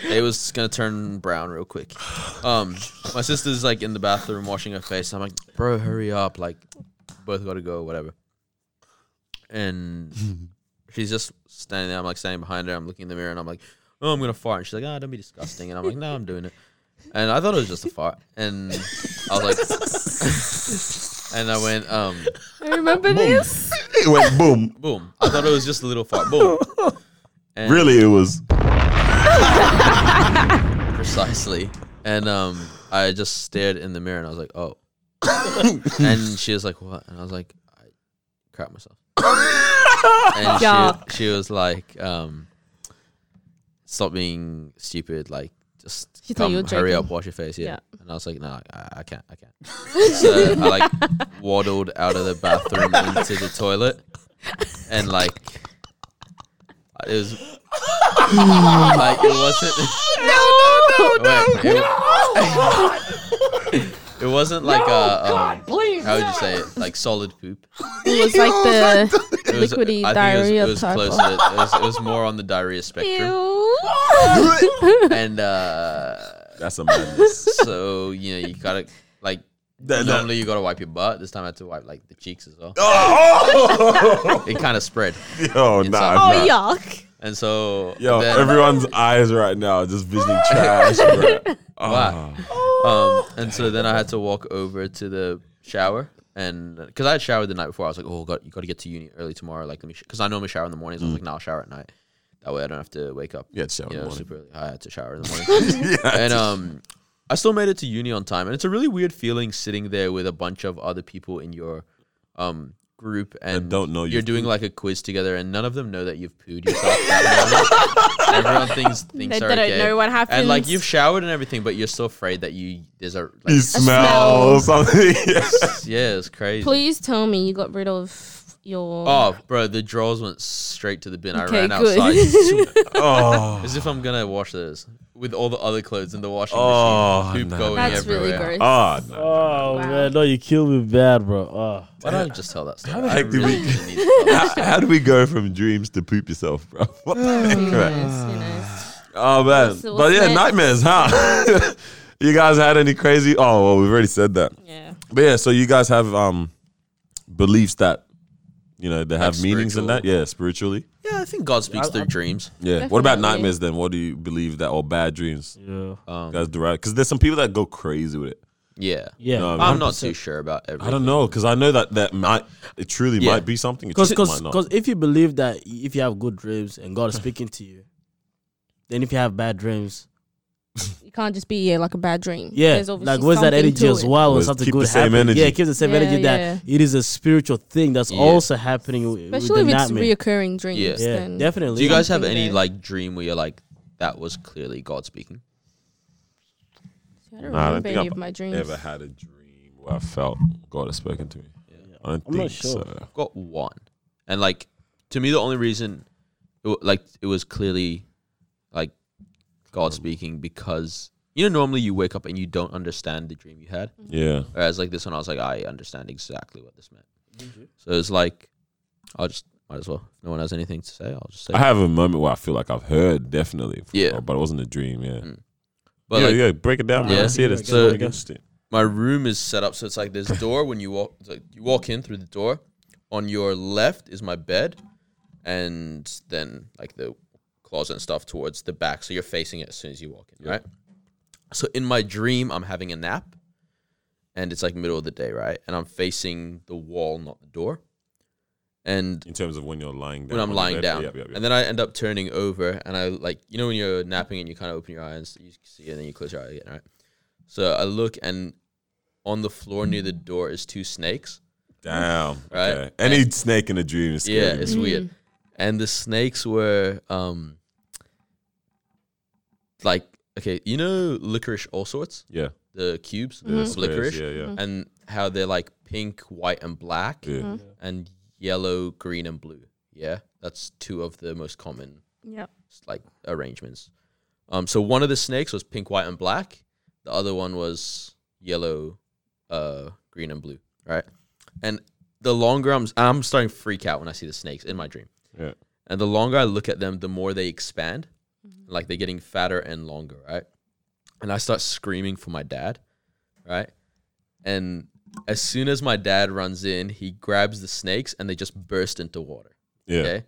Speaker 4: it was gonna turn brown real quick. Um, my sister's like in the bathroom washing her face. I'm like, bro, hurry up! Like, both gotta go, whatever. And she's just standing there. I'm like standing behind her. I'm looking in the mirror, and I'm like, oh, I'm gonna fart. And she's like, ah, don't be disgusting. And I'm like, no, I'm doing it. And I thought it was just a fart. And I was like, and I went, um,
Speaker 6: I remember this.
Speaker 5: It went boom.
Speaker 4: boom. I thought it was just a little fart. Boom. And-
Speaker 5: Really, it was.
Speaker 4: precisely. And um, I just stared in the mirror and I was like, oh. and she was like, what? And I was like, I crap myself. and
Speaker 6: Yeah.
Speaker 4: she, she was like, um, stop being stupid. Like, just
Speaker 6: She thought
Speaker 4: come,
Speaker 6: you
Speaker 4: hurry
Speaker 6: were
Speaker 4: up,
Speaker 6: joking.
Speaker 4: wash your face. Yeah.
Speaker 6: Yeah.
Speaker 4: And I was like, no, I, I can't. I can't. so I like waddled out of the bathroom into the toilet and like, it was like, it wasn't. Wait, it, it wasn't like a. Um, How would you say it? Like solid poop.
Speaker 6: It was like the
Speaker 4: It was,
Speaker 6: Liquidy
Speaker 4: I think
Speaker 6: diarrhea
Speaker 4: It was, it was
Speaker 6: type
Speaker 4: closer. It was, it was more on the diarrhea spectrum. And uh,
Speaker 5: That's a madness.
Speaker 4: so you know you gotta like.
Speaker 5: That- that-
Speaker 4: Normally you gotta wipe your butt. This time I had to wipe like the cheeks as well.
Speaker 5: oh,
Speaker 4: It kind of spread,
Speaker 5: yo, nah, nah.
Speaker 6: oh yuck.
Speaker 4: and so
Speaker 5: Yo,
Speaker 4: then-
Speaker 5: everyone's eyes right now are just visiting trash. bro.
Speaker 4: Wow.
Speaker 5: Ah.
Speaker 4: Um, and so then I had to walk over to the shower, and because I had showered the night before, I was like, "Oh God, you got to get to uni early tomorrow." Like, let me, because I normally shower in the mornings. I
Speaker 5: Mm.
Speaker 4: was like, "No, I'll shower at night. That way, I don't have to wake up."
Speaker 5: Yeah, shower in
Speaker 4: you
Speaker 5: the
Speaker 4: know,
Speaker 5: morning.
Speaker 4: super early. I had to shower in the morning,
Speaker 5: yeah,
Speaker 4: and um, I still made it to uni on time, and it's a really weird feeling sitting there with a bunch of other people in your um group and
Speaker 5: don't know
Speaker 4: you're
Speaker 5: you've
Speaker 4: doing like a quiz together and none of them know that you've pooed yourself that morning. everyone thinks thinks
Speaker 6: They
Speaker 4: are
Speaker 6: don't
Speaker 4: okay.
Speaker 6: know what happened.
Speaker 4: And like you've showered and everything, but you're still afraid that you there's a like,
Speaker 5: you smell
Speaker 6: smell.
Speaker 5: something. Yeah.
Speaker 4: yeah, it's crazy.
Speaker 6: Please tell me you got rid of your.
Speaker 4: Oh, bro, the drawers went straight to the bin. I
Speaker 6: Okay,
Speaker 4: ran
Speaker 6: good.
Speaker 4: outside
Speaker 5: Oh,
Speaker 4: as if I'm gonna wash those with all the other clothes in the washing
Speaker 5: Oh,
Speaker 4: machine. Poop
Speaker 5: no.
Speaker 4: going
Speaker 6: That's
Speaker 4: everywhere.
Speaker 6: really gross.
Speaker 5: oh no.
Speaker 1: Oh man, no, you killed me bad, bro. Oh.
Speaker 4: Why don't I just tell that story?
Speaker 5: heck did we-
Speaker 4: didn't need to tell that.
Speaker 5: How, how do we go from dreams to poop yourself, bro? What the heck, man?
Speaker 6: Yes, you know.
Speaker 5: Oh man,
Speaker 6: So
Speaker 5: but
Speaker 6: what's
Speaker 5: yeah,
Speaker 6: next?
Speaker 5: nightmares, huh? you guys had any crazy? Oh, well, we've already said that.
Speaker 6: Yeah.
Speaker 5: But yeah, so you guys have um beliefs that you know they have meanings in that.
Speaker 4: spiritual.
Speaker 5: Yeah, spiritually.
Speaker 4: Yeah, I think God speaks through dreams.
Speaker 5: Yeah. What about
Speaker 6: Definitely.
Speaker 5: nightmares then? What do you believe that or bad dreams?
Speaker 1: Yeah.
Speaker 5: You guys derive because there's some people that go crazy with it.
Speaker 4: Um, Yeah.
Speaker 1: Yeah.
Speaker 5: No,
Speaker 4: I'm not too sure about everything.
Speaker 5: I don't know because I know that that might it truly
Speaker 4: Yeah.
Speaker 5: might be something. It truly might not.
Speaker 1: Because if you believe that if you have good dreams and God is speaking to you, then if you have bad dreams,
Speaker 6: You can't just be yeah, like a bad dream.
Speaker 1: yeah,
Speaker 6: There's obviously
Speaker 1: like where's that
Speaker 6: something
Speaker 1: energy
Speaker 6: to
Speaker 1: as
Speaker 6: it.
Speaker 1: well when
Speaker 5: Always
Speaker 1: something
Speaker 5: keep
Speaker 1: good
Speaker 5: the same
Speaker 1: happens? Yeah,
Speaker 5: energy.
Speaker 1: it keeps the same
Speaker 6: Yeah,
Speaker 1: energy
Speaker 6: yeah.
Speaker 1: that it is a spiritual thing that's
Speaker 4: Yeah.
Speaker 1: also happening wi- with
Speaker 6: Especially if
Speaker 1: the
Speaker 6: it's
Speaker 1: nightmare.
Speaker 6: reoccurring dreams.
Speaker 4: Yeah.
Speaker 1: yeah,
Speaker 6: then
Speaker 1: definitely.
Speaker 4: Do you guys have
Speaker 6: Something
Speaker 4: any
Speaker 6: there.
Speaker 4: like dream where you're like that was clearly God speaking?
Speaker 6: I don't
Speaker 5: Nah, I
Speaker 6: remember
Speaker 5: don't think
Speaker 6: any
Speaker 5: I've
Speaker 6: of my dreams.
Speaker 5: ever had a dream where I felt God has spoken to me. I don't
Speaker 1: I'm
Speaker 5: think
Speaker 1: not sure.
Speaker 5: so.
Speaker 4: I've got one, and like to me, the only reason, it, wa- like it was clearly, like God speaking because you know normally you wake up and you don't understand the dream you had,
Speaker 5: Yeah.
Speaker 4: whereas like this one I was like I understand exactly what this meant. So it's like, I'll just might as well. If no one has anything to say. I'll just say.
Speaker 5: I have a moment where I feel like I've heard definitely. from
Speaker 4: Yeah. Mm.
Speaker 5: God, but it wasn't a dream. Yeah.
Speaker 4: but
Speaker 5: yeah,
Speaker 4: like,
Speaker 5: yeah, break it down, man.
Speaker 4: Yeah.
Speaker 5: I see it. It's
Speaker 4: So-
Speaker 5: totally against it.
Speaker 4: my room is set up so it's like this door when you walk it's like you walk in through the door on your left is my bed and then like the closet and stuff towards the back so you're facing it as soon as you walk in right so in my dream i'm having a nap and it's like middle of the day right and i'm facing the wall not the door and
Speaker 5: in terms of when you're lying down.
Speaker 4: when I'm
Speaker 5: on the
Speaker 4: lying
Speaker 5: bed.
Speaker 4: down.
Speaker 5: Yep, yep, yep.
Speaker 4: And then I end up turning over and I like you know when you're napping and you kind of open your eyes, you see and then you close your eyes again, right? So I look and on the floor near the door is two snakes.
Speaker 5: Damn.
Speaker 4: Right.
Speaker 5: Okay. Any snake in a dream is
Speaker 4: yeah,
Speaker 5: scary.
Speaker 4: it's weird. And the snakes were um like okay, you know licorice all sorts,
Speaker 5: yeah.
Speaker 4: the cubes,
Speaker 5: The
Speaker 4: of
Speaker 5: squares,
Speaker 4: licorice,
Speaker 5: Yeah, yeah.
Speaker 4: and how they're like pink, white, and black,
Speaker 5: Yeah.
Speaker 4: and yellow, green, and blue. Yeah, that's two of the most common
Speaker 6: Yep.
Speaker 4: s- like arrangements. Um, so one of the snakes was pink, white, and black. The other one was yellow, uh, green, and blue, right? And the longer I'm, I'm starting to freak out when I see the snakes in my dream.
Speaker 5: Yeah.
Speaker 4: And the longer I look at them, the more they expand. Like they're getting fatter and longer, right? And I start screaming for my dad, right? And as soon as my dad runs in, he grabs the snakes and they just burst into water.
Speaker 5: Yeah.
Speaker 4: Okay.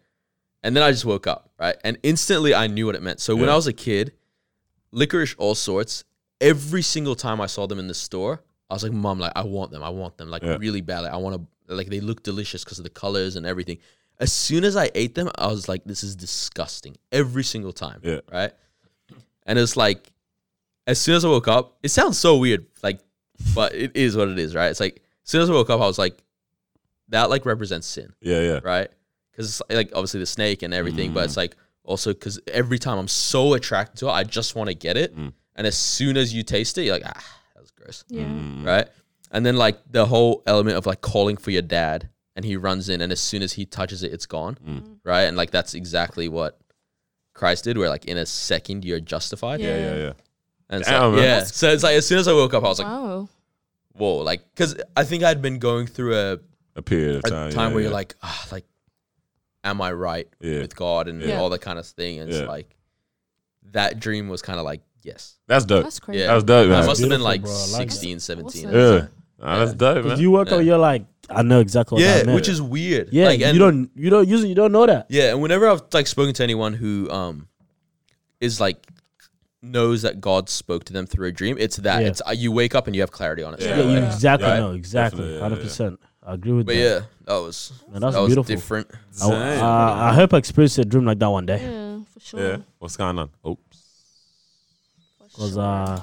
Speaker 4: And then I just woke up, right? And instantly I knew what it meant. So when
Speaker 5: Yeah.
Speaker 4: I was a kid, licorice all sorts, every single time I saw them in the store, I was like, Mom, like I want them. I want them. Like
Speaker 5: Yeah.
Speaker 4: really bad. Like I want to like they look delicious because of the colors and everything. As soon as I ate them, I was like, this is disgusting. Every single time.
Speaker 5: Yeah.
Speaker 4: Right. And it's like as soon as I woke up, it sounds so weird, like, but it is what it is, right? It's like as soon as I woke up, I was like, that like represents sin
Speaker 5: Yeah, yeah.
Speaker 4: right? Because it's like obviously the snake and everything, but
Speaker 5: Mm.
Speaker 4: it's like also because every time I'm so attracted to it, I just want to get it.
Speaker 5: Mm.
Speaker 4: And as soon as you taste it, you're like, ah, that was gross,
Speaker 6: Yeah.
Speaker 5: Mm.
Speaker 4: right? And then like the whole element of like calling for your dad, and he runs in, and as soon as he touches it, it's gone,
Speaker 5: Mm.
Speaker 6: Mm.
Speaker 4: right? And like that's exactly what Christ did, where like in a second you're justified.
Speaker 5: Yeah, yeah, yeah.
Speaker 4: And it's
Speaker 5: Damn,
Speaker 4: like,
Speaker 5: man.
Speaker 4: yeah. So it's like as soon as I woke up, I was like,
Speaker 6: Wow.
Speaker 4: whoa, like because I think I'd been going through a
Speaker 5: A period of
Speaker 4: a time,
Speaker 5: time. yeah,
Speaker 4: where
Speaker 5: yeah.
Speaker 4: you're like, ah, like, am I right
Speaker 5: Yeah.
Speaker 4: with God and
Speaker 6: Yeah.
Speaker 4: all that kind of thing? And
Speaker 5: Yeah.
Speaker 4: it's like that dream was kind of like, yes,
Speaker 5: that's dope.
Speaker 6: That's crazy.
Speaker 4: yeah,
Speaker 5: That was dope,
Speaker 4: I
Speaker 5: man.
Speaker 4: must have been
Speaker 1: Beautiful,
Speaker 4: like
Speaker 1: bro. I like that.
Speaker 4: 16, 17.
Speaker 6: Awesome.
Speaker 5: yeah. Nah, that's dope, man.
Speaker 1: Because you wake up,
Speaker 4: Yeah.
Speaker 1: you're like, I know exactly what
Speaker 4: Yeah,
Speaker 1: that meant.
Speaker 4: which is weird.
Speaker 1: yeah,
Speaker 4: like, and,
Speaker 1: you don't, you don't, usually you don't know that.
Speaker 4: Yeah, and whenever I've like spoken to anyone who um is like knows that God spoke to them through a dream, it's that
Speaker 1: Yeah.
Speaker 4: it's uh, you wake up and you have clarity on it.
Speaker 5: Yeah.
Speaker 1: Yeah, you
Speaker 4: Like,
Speaker 1: exactly
Speaker 5: Yeah,
Speaker 1: know
Speaker 5: definitely,
Speaker 1: exactly,
Speaker 5: yeah,
Speaker 1: hundred percent. I agree with
Speaker 4: But
Speaker 1: that.
Speaker 4: yeah, that was
Speaker 1: Man, that's
Speaker 4: that was
Speaker 1: beautiful.
Speaker 4: different.
Speaker 1: I, I- I hope I experience a dream like that one day.
Speaker 6: Yeah, for sure.
Speaker 5: yeah. What's going on? Oops.
Speaker 1: Cause uh,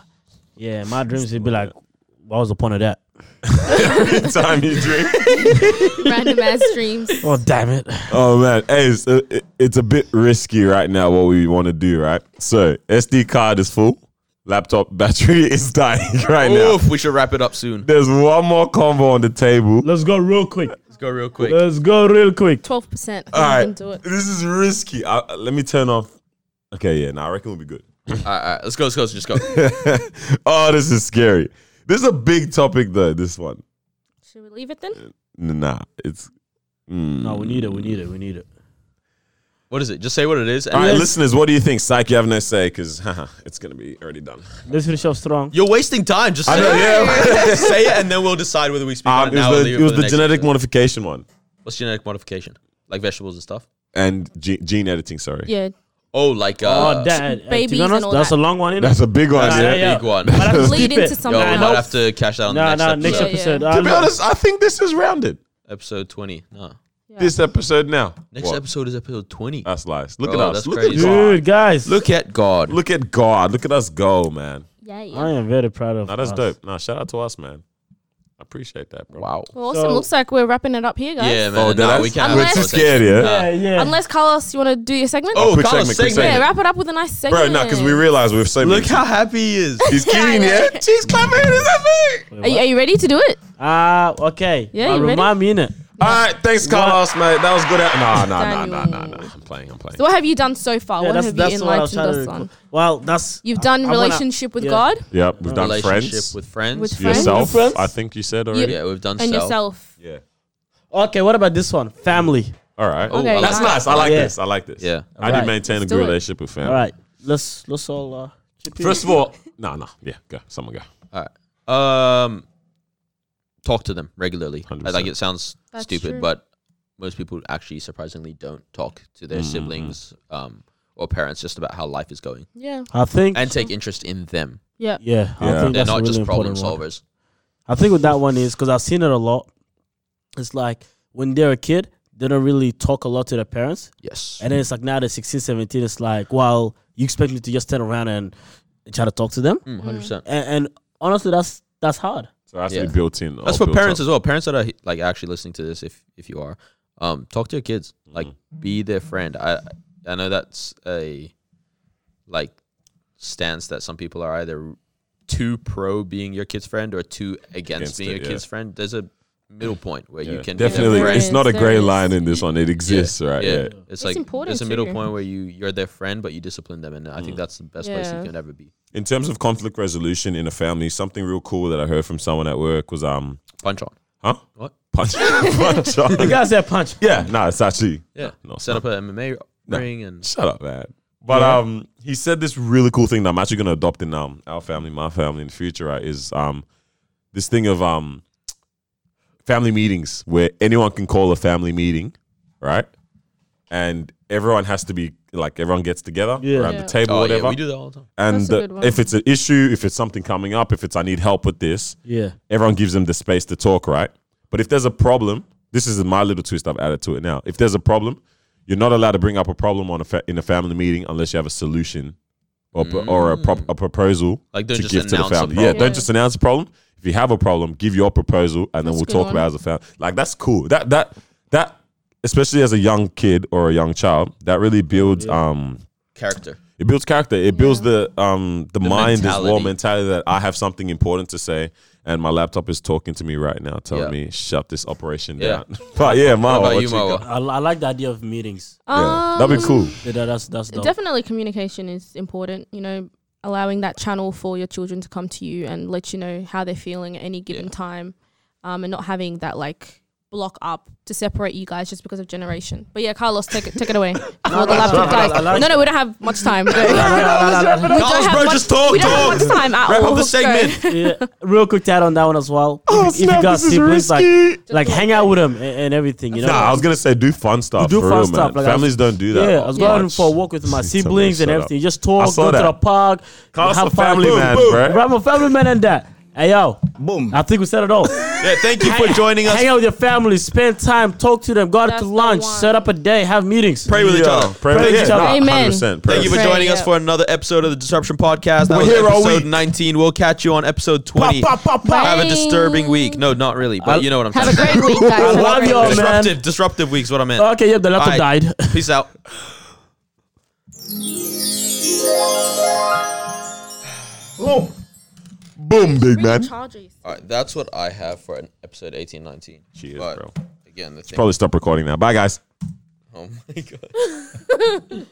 Speaker 1: yeah, my dreams would be like, what was the point of that?
Speaker 5: time you drink.
Speaker 6: Random ass dreams.
Speaker 1: Oh damn it!
Speaker 5: Oh man, hey, it's a, it- it's a bit risky right now what we want to do, right? So SD card is full, laptop battery is dying right now.
Speaker 4: Oof, we should wrap it up soon.
Speaker 5: There's one more combo on the table.
Speaker 1: Let's go real quick.
Speaker 4: Let's go real quick.
Speaker 1: Let's go real quick.
Speaker 6: Twelve percent.
Speaker 5: All
Speaker 6: I can
Speaker 5: right,
Speaker 6: do it.
Speaker 5: this is risky. I, let me turn off. Okay, yeah, now I reckon we'll be good.
Speaker 4: all, right, all right, let's go. Let's go. Let's just go.
Speaker 5: oh, this is scary. This is a big topic though. This one,
Speaker 6: Should we leave it then?
Speaker 5: nah, it's. Mm.
Speaker 1: No, we need it. We need it. We need it.
Speaker 4: What is it? Just say what it is. And
Speaker 5: All right,
Speaker 4: let's-
Speaker 5: listeners, what do you think? Psych, you have no say because it's gonna be already done.
Speaker 1: Let's finish off strong.
Speaker 4: You're wasting time. Just
Speaker 5: I
Speaker 4: say,
Speaker 5: know,
Speaker 4: it. say it, and then we'll decide whether we speak on it
Speaker 5: Um, it was
Speaker 4: now or
Speaker 5: the,
Speaker 4: leave
Speaker 5: it was
Speaker 4: for
Speaker 5: the,
Speaker 4: next
Speaker 5: genetic
Speaker 4: episode.
Speaker 5: modification one
Speaker 4: What's genetic modification? Like vegetables and stuff.
Speaker 5: and ge- gene editing. Sorry,
Speaker 6: Yeah.
Speaker 4: Oh, like uh,
Speaker 1: Oh, that uh, to
Speaker 6: babies
Speaker 1: be honest,
Speaker 6: and all
Speaker 1: that's a
Speaker 6: that.
Speaker 1: long one. Innit?
Speaker 5: that's a big one.
Speaker 1: Nah,
Speaker 5: yeah.
Speaker 1: yeah,
Speaker 4: big one.
Speaker 1: But I'm
Speaker 6: Lead
Speaker 1: keep
Speaker 6: into
Speaker 1: it.
Speaker 4: Yo,
Speaker 6: something.
Speaker 4: we
Speaker 1: nah,
Speaker 4: might
Speaker 1: no.
Speaker 4: have to cash that on
Speaker 1: Nah,
Speaker 4: the next
Speaker 1: nah,
Speaker 4: episode.
Speaker 1: next
Speaker 6: Yeah,
Speaker 1: episode.
Speaker 6: yeah.
Speaker 1: I
Speaker 5: To be
Speaker 1: know.
Speaker 5: honest, I think this is rounded.
Speaker 4: Episode twenty. No,
Speaker 6: Yeah.
Speaker 5: This episode now.
Speaker 4: next
Speaker 5: What?
Speaker 4: episode is episode twenty.
Speaker 5: That's lies. Look
Speaker 4: Bro,
Speaker 5: at us.
Speaker 4: that's
Speaker 5: Look
Speaker 4: crazy.
Speaker 5: at God.
Speaker 1: dude, guys,
Speaker 4: Look at God.
Speaker 5: Look at God. Look at us go, man.
Speaker 6: Yeah. Yeah.
Speaker 1: I am very proud of.
Speaker 5: Nah, that's
Speaker 1: us.
Speaker 5: dope. Nah, shout out to us, man. I appreciate that, bro.
Speaker 4: wow.
Speaker 6: Well, awesome.
Speaker 1: So-
Speaker 6: Looks like we're wrapping it up here, guys.
Speaker 4: Yeah, man.
Speaker 5: Oh,
Speaker 4: nah,
Speaker 5: that's-
Speaker 4: we can't.
Speaker 5: we're
Speaker 4: have
Speaker 5: too
Speaker 4: those
Speaker 5: scared,
Speaker 4: things.
Speaker 5: yeah?
Speaker 1: Yeah,
Speaker 4: Nah.
Speaker 1: yeah.
Speaker 6: Unless Carlos, you want to do your segment?
Speaker 4: Oh,
Speaker 5: quick
Speaker 4: Carlos,
Speaker 5: segment, quick
Speaker 4: segment.
Speaker 6: yeah.
Speaker 5: segment.
Speaker 6: Wrap it up with a nice segment.
Speaker 5: Bro, nah, because we realize we have so
Speaker 4: Look
Speaker 5: many.
Speaker 4: how happy he is.
Speaker 5: He's
Speaker 6: I
Speaker 5: keen,
Speaker 6: know.
Speaker 5: yeah? She's clapping. Is that me?
Speaker 6: Are you, are you ready to do it?
Speaker 1: Ah, okay.
Speaker 6: Yeah,
Speaker 1: Uh,
Speaker 6: you ready?
Speaker 1: remind me in it.
Speaker 5: All right, thanks, Carlos, mate. That was good. Nah, nah, nah, nah, nah,
Speaker 6: Daniel.
Speaker 5: nah. I'm playing. I'm playing.
Speaker 6: So what have you done so far?
Speaker 1: Yeah,
Speaker 6: what
Speaker 1: that's
Speaker 6: have you
Speaker 1: that's what I was
Speaker 6: enlightened
Speaker 1: trying to.
Speaker 6: us on?
Speaker 1: recall. Well, that's
Speaker 6: You've done
Speaker 1: I- I wanna-
Speaker 6: relationship with
Speaker 1: yeah.
Speaker 6: God
Speaker 5: Yep, we've done
Speaker 4: Relationship
Speaker 5: friends.
Speaker 4: with friends.
Speaker 6: With friends?
Speaker 5: yourself.
Speaker 1: Friends?
Speaker 5: I think you said
Speaker 6: You-
Speaker 5: already.
Speaker 4: yeah, we've done
Speaker 6: and
Speaker 4: self.
Speaker 6: yourself.
Speaker 5: Yeah.
Speaker 1: Okay, what about this one? Family.
Speaker 5: All right.
Speaker 4: Oh,
Speaker 6: Okay,
Speaker 4: I
Speaker 5: That's
Speaker 4: like
Speaker 5: nice. I like
Speaker 1: Yeah.
Speaker 5: this. I like this.
Speaker 4: Yeah.
Speaker 5: How do you
Speaker 1: Alright.
Speaker 5: maintain
Speaker 6: do
Speaker 5: a good
Speaker 6: it.
Speaker 5: relationship with family?
Speaker 1: All right, let's let's all. Uh, keep it-
Speaker 5: First of all, no, no, yeah, go, someone go.
Speaker 4: All right. Um, talk to them regularly.
Speaker 5: 100%.
Speaker 4: Like it sounds
Speaker 6: That's
Speaker 4: stupid,
Speaker 6: true.
Speaker 4: but most people actually surprisingly don't talk to
Speaker 1: Mm-hmm.
Speaker 4: their siblings um, or parents just about how life is going
Speaker 6: Yeah.
Speaker 1: I think.
Speaker 4: and take interest in them.
Speaker 6: Yeah.
Speaker 1: yeah, I think
Speaker 5: Yeah.
Speaker 4: They're
Speaker 1: that's a
Speaker 4: not
Speaker 1: really
Speaker 4: just problem
Speaker 1: important one.
Speaker 4: solvers.
Speaker 1: I think what that one is because I've seen it a lot. It's like when they're a kid, they don't really talk a lot to their parents,
Speaker 4: Yes.
Speaker 1: and then it's like now they're 16, 17, It's like, well, you expect me to just turn around and try to talk to them,
Speaker 4: Mm, 100%.
Speaker 1: and, and honestly, that's that's hard.
Speaker 5: So that's
Speaker 4: Yeah.
Speaker 5: yeah. built in.
Speaker 4: That's for parents as well. Parents that are like actually listening to this, if if you are, um, talk to your kids.
Speaker 5: Mm-hmm.
Speaker 4: Like, be their friend. I I know that's a like stance that some people are either too pro being your kid's friend or too against,
Speaker 5: Against
Speaker 4: being
Speaker 5: it,
Speaker 4: your
Speaker 5: yeah.
Speaker 4: kid's friend. There's a middle point where you
Speaker 5: Yeah,
Speaker 4: can be that
Speaker 5: definitely,
Speaker 6: friend.
Speaker 5: it's not a gray
Speaker 6: There is-
Speaker 5: line in this one. It
Speaker 4: Yeah,
Speaker 5: exists, right? Yeah.
Speaker 4: It's,
Speaker 6: It's
Speaker 4: like
Speaker 6: important
Speaker 4: there's a middle
Speaker 6: too.
Speaker 4: point where you you're their friend, but you discipline them, and I
Speaker 5: Mm.
Speaker 4: think that's the best place
Speaker 6: Yeah.
Speaker 4: you can ever be.
Speaker 5: In terms of conflict resolution in a family, something real cool that I heard from someone at work was um,
Speaker 4: Punch on.
Speaker 5: huh?
Speaker 4: What?
Speaker 5: Punch, punch
Speaker 1: The
Speaker 5: on.
Speaker 1: guy said punch.
Speaker 5: Yeah, no, it's actually
Speaker 4: Yeah.
Speaker 5: no, it's
Speaker 4: Set
Speaker 5: not.
Speaker 4: up an MMA
Speaker 5: No.
Speaker 4: ring and
Speaker 5: Shut up, man. But um, he said this really cool thing that I'm actually gonna adopt in um our family, my family in the future, right? Is um this thing of um family meetings where anyone can call a family meeting, right? And everyone has to be like everyone gets together
Speaker 1: Yeah.
Speaker 5: around
Speaker 6: Yeah.
Speaker 5: the table,
Speaker 4: oh
Speaker 5: whatever.
Speaker 4: yeah, we do that all the time.
Speaker 5: and
Speaker 6: That's a
Speaker 5: the-
Speaker 6: good one.
Speaker 5: if it's an issue, if it's something coming up, if it's I need help with this,
Speaker 1: Yeah.
Speaker 5: everyone gives them the space to talk, right? But if there's a problem, this is my little twist I've added to it now. If there's a problem, you're not allowed to bring up a problem on a fa- in a family meeting unless you have a solution or pro- or a, prop- a proposal
Speaker 4: Mm. Like,
Speaker 5: to
Speaker 4: don't just
Speaker 5: give to the
Speaker 4: announce a
Speaker 5: family. Yeah,
Speaker 4: problem.
Speaker 5: don't just announce a problem. If you have a problem, give your proposal and then
Speaker 6: That's a
Speaker 5: we'll
Speaker 6: good
Speaker 5: talk
Speaker 6: one.
Speaker 5: about it as a family. Like that's cool. That that that especially as a young kid or a young child, that really builds um
Speaker 4: Character.
Speaker 5: it builds character. It builds the um the,
Speaker 4: The
Speaker 5: mind as well,
Speaker 4: mentality.
Speaker 5: mentality that I have something important to say, and my laptop is talking to me right now, telling
Speaker 4: Yeah.
Speaker 5: me shut this operation
Speaker 4: Yeah.
Speaker 5: down. but yeah, Marwa,
Speaker 4: about
Speaker 5: Oh, what
Speaker 4: you,
Speaker 5: you got?
Speaker 4: Marwa?
Speaker 1: I, I like the idea of meetings.
Speaker 5: Yeah, that'd be
Speaker 6: Um,
Speaker 5: cool.
Speaker 1: Yeah, that- that's that's dope.
Speaker 6: Definitely communication is important, you know, allowing that channel for your children to come to you and let you know how they're feeling at any given
Speaker 4: Yeah.
Speaker 6: time um, and not having that like block up to separate you guys just because of generation. But yeah, Carlos, take it, take it away. Before the laptop
Speaker 1: no, no,
Speaker 6: dies.
Speaker 1: no, no.
Speaker 6: No, no, we don't have much time. Go. We don't
Speaker 5: Carlos,
Speaker 6: have
Speaker 5: bro,
Speaker 6: much-
Speaker 5: just talk,
Speaker 6: We don't
Speaker 5: talk.
Speaker 6: have much Oh, time at
Speaker 5: Wrap
Speaker 6: all.
Speaker 5: up the
Speaker 6: Go.
Speaker 5: segment.
Speaker 1: yeah. Real quick to add on that one as well.
Speaker 5: Oh,
Speaker 1: if, if
Speaker 5: snap,
Speaker 1: you got
Speaker 5: this is
Speaker 1: siblings, like
Speaker 5: risky.
Speaker 1: like hang out with them and, and everything. You know,
Speaker 5: Nah, I was gonna say do fun stuff.
Speaker 1: do
Speaker 5: for
Speaker 1: fun
Speaker 5: real,
Speaker 1: stuff, like
Speaker 5: Man.
Speaker 1: I was-
Speaker 5: Families don't do that.
Speaker 1: Yeah, I was going
Speaker 5: much.
Speaker 1: for a walk with my
Speaker 5: Tell me,
Speaker 1: siblings and
Speaker 5: shut
Speaker 1: everything.
Speaker 5: up.
Speaker 1: Just
Speaker 5: I
Speaker 1: talk,
Speaker 5: saw
Speaker 1: go
Speaker 5: that.
Speaker 1: to the park,
Speaker 5: Carlos
Speaker 1: have
Speaker 5: the
Speaker 1: fun.
Speaker 5: family
Speaker 1: Boom,
Speaker 5: man,
Speaker 1: boom.
Speaker 5: bruh.
Speaker 1: Bro, I'm a family man and that. Hey yo,
Speaker 2: Boom.
Speaker 1: I think we said it all.
Speaker 5: Yeah, thank you for joining us.
Speaker 1: Hang out with your family, spend time, talk to them, go out
Speaker 6: That's
Speaker 1: to
Speaker 6: the
Speaker 1: lunch,
Speaker 6: one.
Speaker 1: set up a day, have meetings.
Speaker 4: Pray with each
Speaker 5: Yeah,
Speaker 4: other.
Speaker 5: Pray with each other.
Speaker 1: Amen.
Speaker 4: Thank you for
Speaker 6: Pray,
Speaker 4: joining us
Speaker 6: yeah.
Speaker 4: for another episode of the Disruption Podcast. That
Speaker 5: We're
Speaker 4: was
Speaker 5: here all
Speaker 4: episode
Speaker 5: week.
Speaker 4: 19. We'll catch you on episode 20. Have a
Speaker 6: Bye.
Speaker 4: disturbing week. No, not really, but you know what I'm
Speaker 6: Have a
Speaker 4: saying.
Speaker 6: great week, guys. Have a
Speaker 1: love
Speaker 6: great
Speaker 1: y'all,
Speaker 6: week.
Speaker 1: man.
Speaker 4: disruptive, disruptive week's what I meant.
Speaker 1: Okay, yep, the laptop
Speaker 4: Alright.
Speaker 1: died.
Speaker 4: Peace out.
Speaker 5: Boom, big man.
Speaker 6: Charges.
Speaker 4: All right, that's what I have for an episode 18, 19.
Speaker 5: Cheers,
Speaker 4: But
Speaker 5: bro.
Speaker 4: Again, the thing.
Speaker 5: Probably stop recording now. Bye, guys.
Speaker 4: Oh my god.